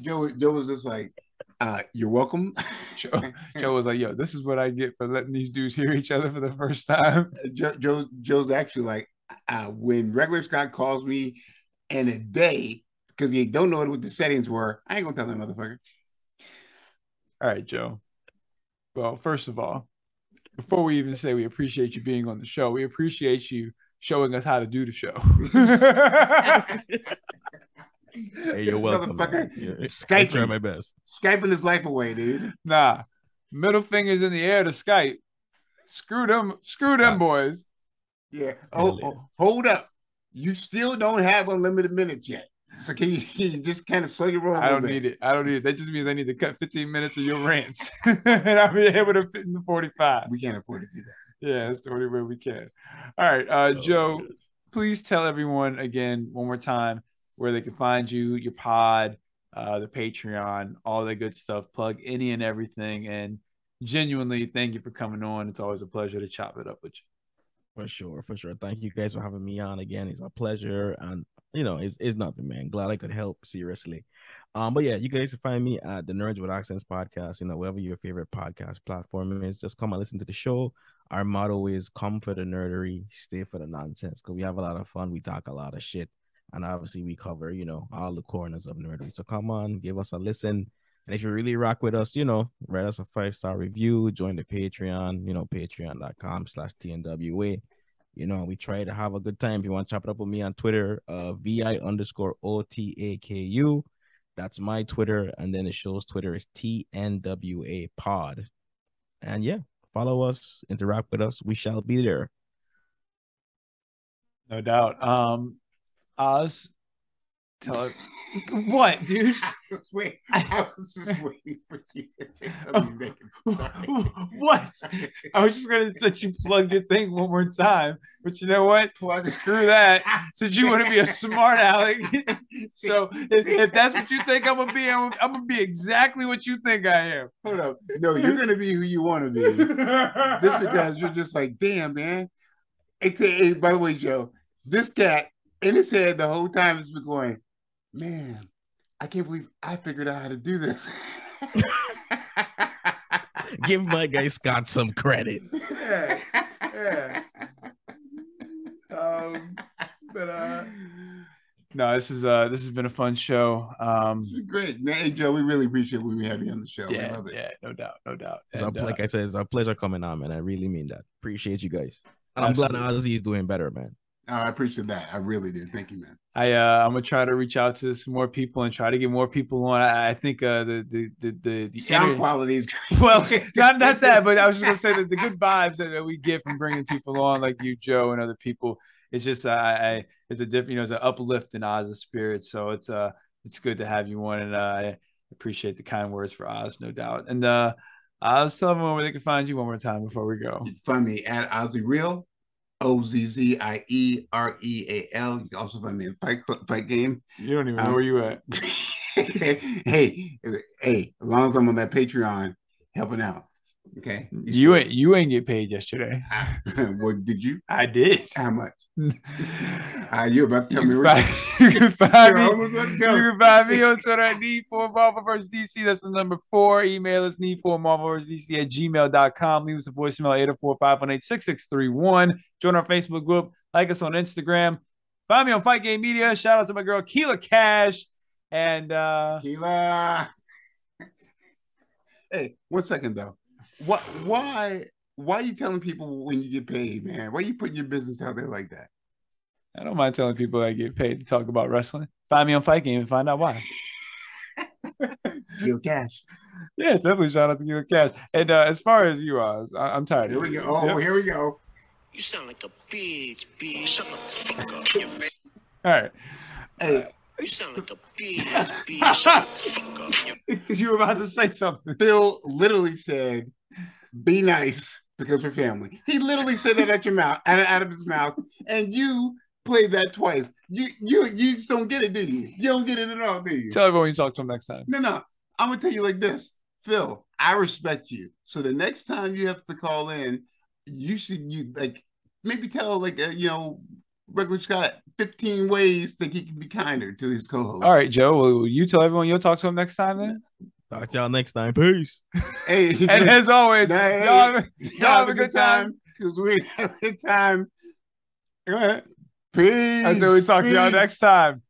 [SPEAKER 6] Joe, Joe was just like, uh, "You're welcome."
[SPEAKER 10] Joe, Joe was like, "Yo, this is what I get for letting these dudes hear each other for the first time."
[SPEAKER 6] Joe, Joe, Joe's actually like, uh, when regular Scott calls me in a day because he don't know what the settings were, I ain't gonna tell that motherfucker.
[SPEAKER 10] All right, Joe. Well, first of all, before we even say we appreciate you being on the show, we appreciate you showing us how to do the show.
[SPEAKER 7] Hey, you're
[SPEAKER 6] This
[SPEAKER 7] welcome. man.
[SPEAKER 6] motherfucker
[SPEAKER 7] Yeah, I
[SPEAKER 6] Skyping.
[SPEAKER 7] tried my best.
[SPEAKER 6] Skyping his life away, dude.
[SPEAKER 10] nah, middle fingers in the air to Skype. Screw them, screw them boys.
[SPEAKER 6] Yeah. Oh,
[SPEAKER 7] Hell yeah.
[SPEAKER 6] oh, hold up. You still don't have unlimited minutes yet. So can you, can you just kind of slow your roll? a
[SPEAKER 10] I
[SPEAKER 6] little
[SPEAKER 10] don't
[SPEAKER 6] bit?
[SPEAKER 10] need it. I don't need it. That just means I need to cut 15 minutes of your rants, and I'll be able to fit in the 45.
[SPEAKER 6] We can't afford to do that.
[SPEAKER 10] Yeah, that's the only way we can. All right, uh,
[SPEAKER 7] Oh,
[SPEAKER 10] Joe,
[SPEAKER 7] good.
[SPEAKER 10] please tell everyone again one more time where they can find you, your pod, uh, the Patreon, all that good stuff. Plug any and everything. And genuinely, thank you for coming on. It's always a pleasure to chop it up with you.
[SPEAKER 7] For sure, for sure. Thank you guys for having me on again. It's a pleasure, and you know, it's it's nothing, man. Glad I could help. Seriously, um, but yeah, you guys can find me at the Nerds with Accents podcast. You know, wherever your favorite podcast platform is, just come and listen to the show. Our motto is "Come for the nerdery, stay for the nonsense," because we have a lot of fun. We talk a lot of shit, and obviously, we cover you know all the corners of nerdery. So come on, give us a listen. And if you really rock with us, you know, write us a five star review, join the Patreon, you know, patreon.com slash TNWA. You know, we try to have a good time. If you want to chop it up with me on Twitter, uh, VI underscore O T A K U. That's my Twitter. And then the show's Twitter is TNWA pod. And yeah, follow us, interact with us. We shall be there.
[SPEAKER 10] No doubt. Um, Oz, tell it. what, dude?
[SPEAKER 6] Wait, I was just waiting for you to say something. Megan. Sorry.
[SPEAKER 10] Oh, what? I was just gonna let you plug your thing one more time, but you know what?
[SPEAKER 6] Plug it.
[SPEAKER 10] Screw that. Since you want to be a smart aleck, so if, if that's what you think I'm gonna be, I'm, I'm gonna be exactly what you think I am.
[SPEAKER 6] Hold up. No, you're gonna be who you want to be. just because you're just like, damn, man. AKA, by the way, Joe, this cat in his head the whole time has been going, man, I can't believe I figured out how to do this.
[SPEAKER 7] Give my guy Scott some credit.
[SPEAKER 5] Yeah, yeah. Um, but uh,
[SPEAKER 10] No, this is uh this has been a fun show. Um
[SPEAKER 6] Great. Now, hey, Joe, we really appreciate when we have you on the show. we
[SPEAKER 10] Yeah,
[SPEAKER 6] love it.
[SPEAKER 10] yeah, no doubt, no doubt.
[SPEAKER 7] It's our-
[SPEAKER 10] And, uh,
[SPEAKER 7] like I said, it's our pleasure coming on, man. I really mean that. Appreciate you guys. And I'm glad Ozzy is doing better, man.
[SPEAKER 6] Oh, I appreciate that. I really did. Thank you, man.
[SPEAKER 10] I uh, I'm gonna try to reach out to some more people and try to get more people on. I, I think uh, the the the the, the
[SPEAKER 6] Sound
[SPEAKER 10] energy-
[SPEAKER 6] quality is
[SPEAKER 10] well, not not that, but I was just gonna say that the good vibes that, that we get from bringing people on like you, Joe, and other people, it's just uh, I, I it's a different, you know, it's an uplift in Oz's spirit. So it's uh it's good to have you on, and uh, I appreciate the kind words for Oz, no doubt. And uh, Oz, tell everyone where they can find you one more time before we go.
[SPEAKER 6] Find me at Ozzy Real, O Z Z I E R E A L. You can also find me in Fight Club, Fight Game.
[SPEAKER 10] You don't even
[SPEAKER 6] Um,
[SPEAKER 10] know where you at.
[SPEAKER 6] hey, hey, as long as I'm on that Patreon helping out, okay?
[SPEAKER 10] You ain't you ain't get paid yesterday.
[SPEAKER 6] well, did you?
[SPEAKER 10] I did.
[SPEAKER 6] How much? uh, you're about to tell me.
[SPEAKER 10] You
[SPEAKER 6] where-
[SPEAKER 10] can find, you can find
[SPEAKER 6] You're
[SPEAKER 10] me.
[SPEAKER 6] almost about to
[SPEAKER 10] You
[SPEAKER 6] tell me.
[SPEAKER 10] can find me on Twitter at need 4 Marvel vs. DC. That's the number four. Email us need 4 Marvel vs. DC at gmail.com. Leave us a voicemail 804 518 6631. Join our Facebook group. Like us on Instagram. Find me on Fight Game Media. Shout out to my girl Keela Cash. And uh
[SPEAKER 6] Keela. Hey, one second though. What? Why? Why are you telling people when you get paid, man? Why are you putting your business out there like that?
[SPEAKER 10] I don't mind telling people I get paid to talk about wrestling. Find me on Fight Game and find out why.
[SPEAKER 6] Keela Cash.
[SPEAKER 10] Yes, definitely shout out to Keela Cash. And uh, as far as you are, I- I'm tired.
[SPEAKER 6] Here we
[SPEAKER 10] you.
[SPEAKER 6] go. Oh,
[SPEAKER 10] Yep.
[SPEAKER 6] here we go.
[SPEAKER 1] You sound like a bitch, bitch. Shut the fuck up. Your fa-
[SPEAKER 10] All right.
[SPEAKER 6] Hey,
[SPEAKER 1] You sound like a bitch, bitch. Shut the fuck up. Your
[SPEAKER 10] because you were about to say something.
[SPEAKER 6] Bill literally said, "Be nice because we're family." He literally said that at your mouth, out of, out of his mouth, and you played that twice. You you you just don't get it, do you? You don't get it at all, do you?
[SPEAKER 10] Tell everyone you talk to them next time.
[SPEAKER 6] No, no. I'm gonna tell you like this, Phil. I respect you. So the next time you have to call in, you should you like maybe tell like uh, you know regular Scott 15 ways that he can be kinder to his co-host.
[SPEAKER 10] All right, Joe. Will you tell everyone you'll talk to them next time then?
[SPEAKER 7] Talk to y'all next time. Peace.
[SPEAKER 6] Hey,
[SPEAKER 10] And as always,
[SPEAKER 6] Nah, hey,
[SPEAKER 10] y'all, have- y'all have a good time.
[SPEAKER 6] Cause we ain't have a good time. Go ahead. Peace.
[SPEAKER 10] Until we talk to y'all
[SPEAKER 6] peace.
[SPEAKER 10] next time.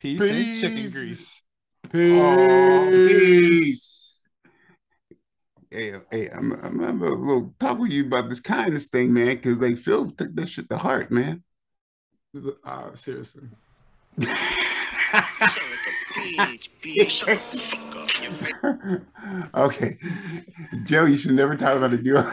[SPEAKER 10] Peace, and
[SPEAKER 6] Peace.
[SPEAKER 10] chicken grease. peace.
[SPEAKER 6] Aw, peace. Hey, hey, I'm, I'm, I'm a little talk with you about this kindness thing, man, because like Phil took that shit to heart, man.
[SPEAKER 5] Uh, seriously.
[SPEAKER 1] bitch, bitch. Shut the fuck up. Your fa-
[SPEAKER 6] Okay, Joe, you should never talk about a deal.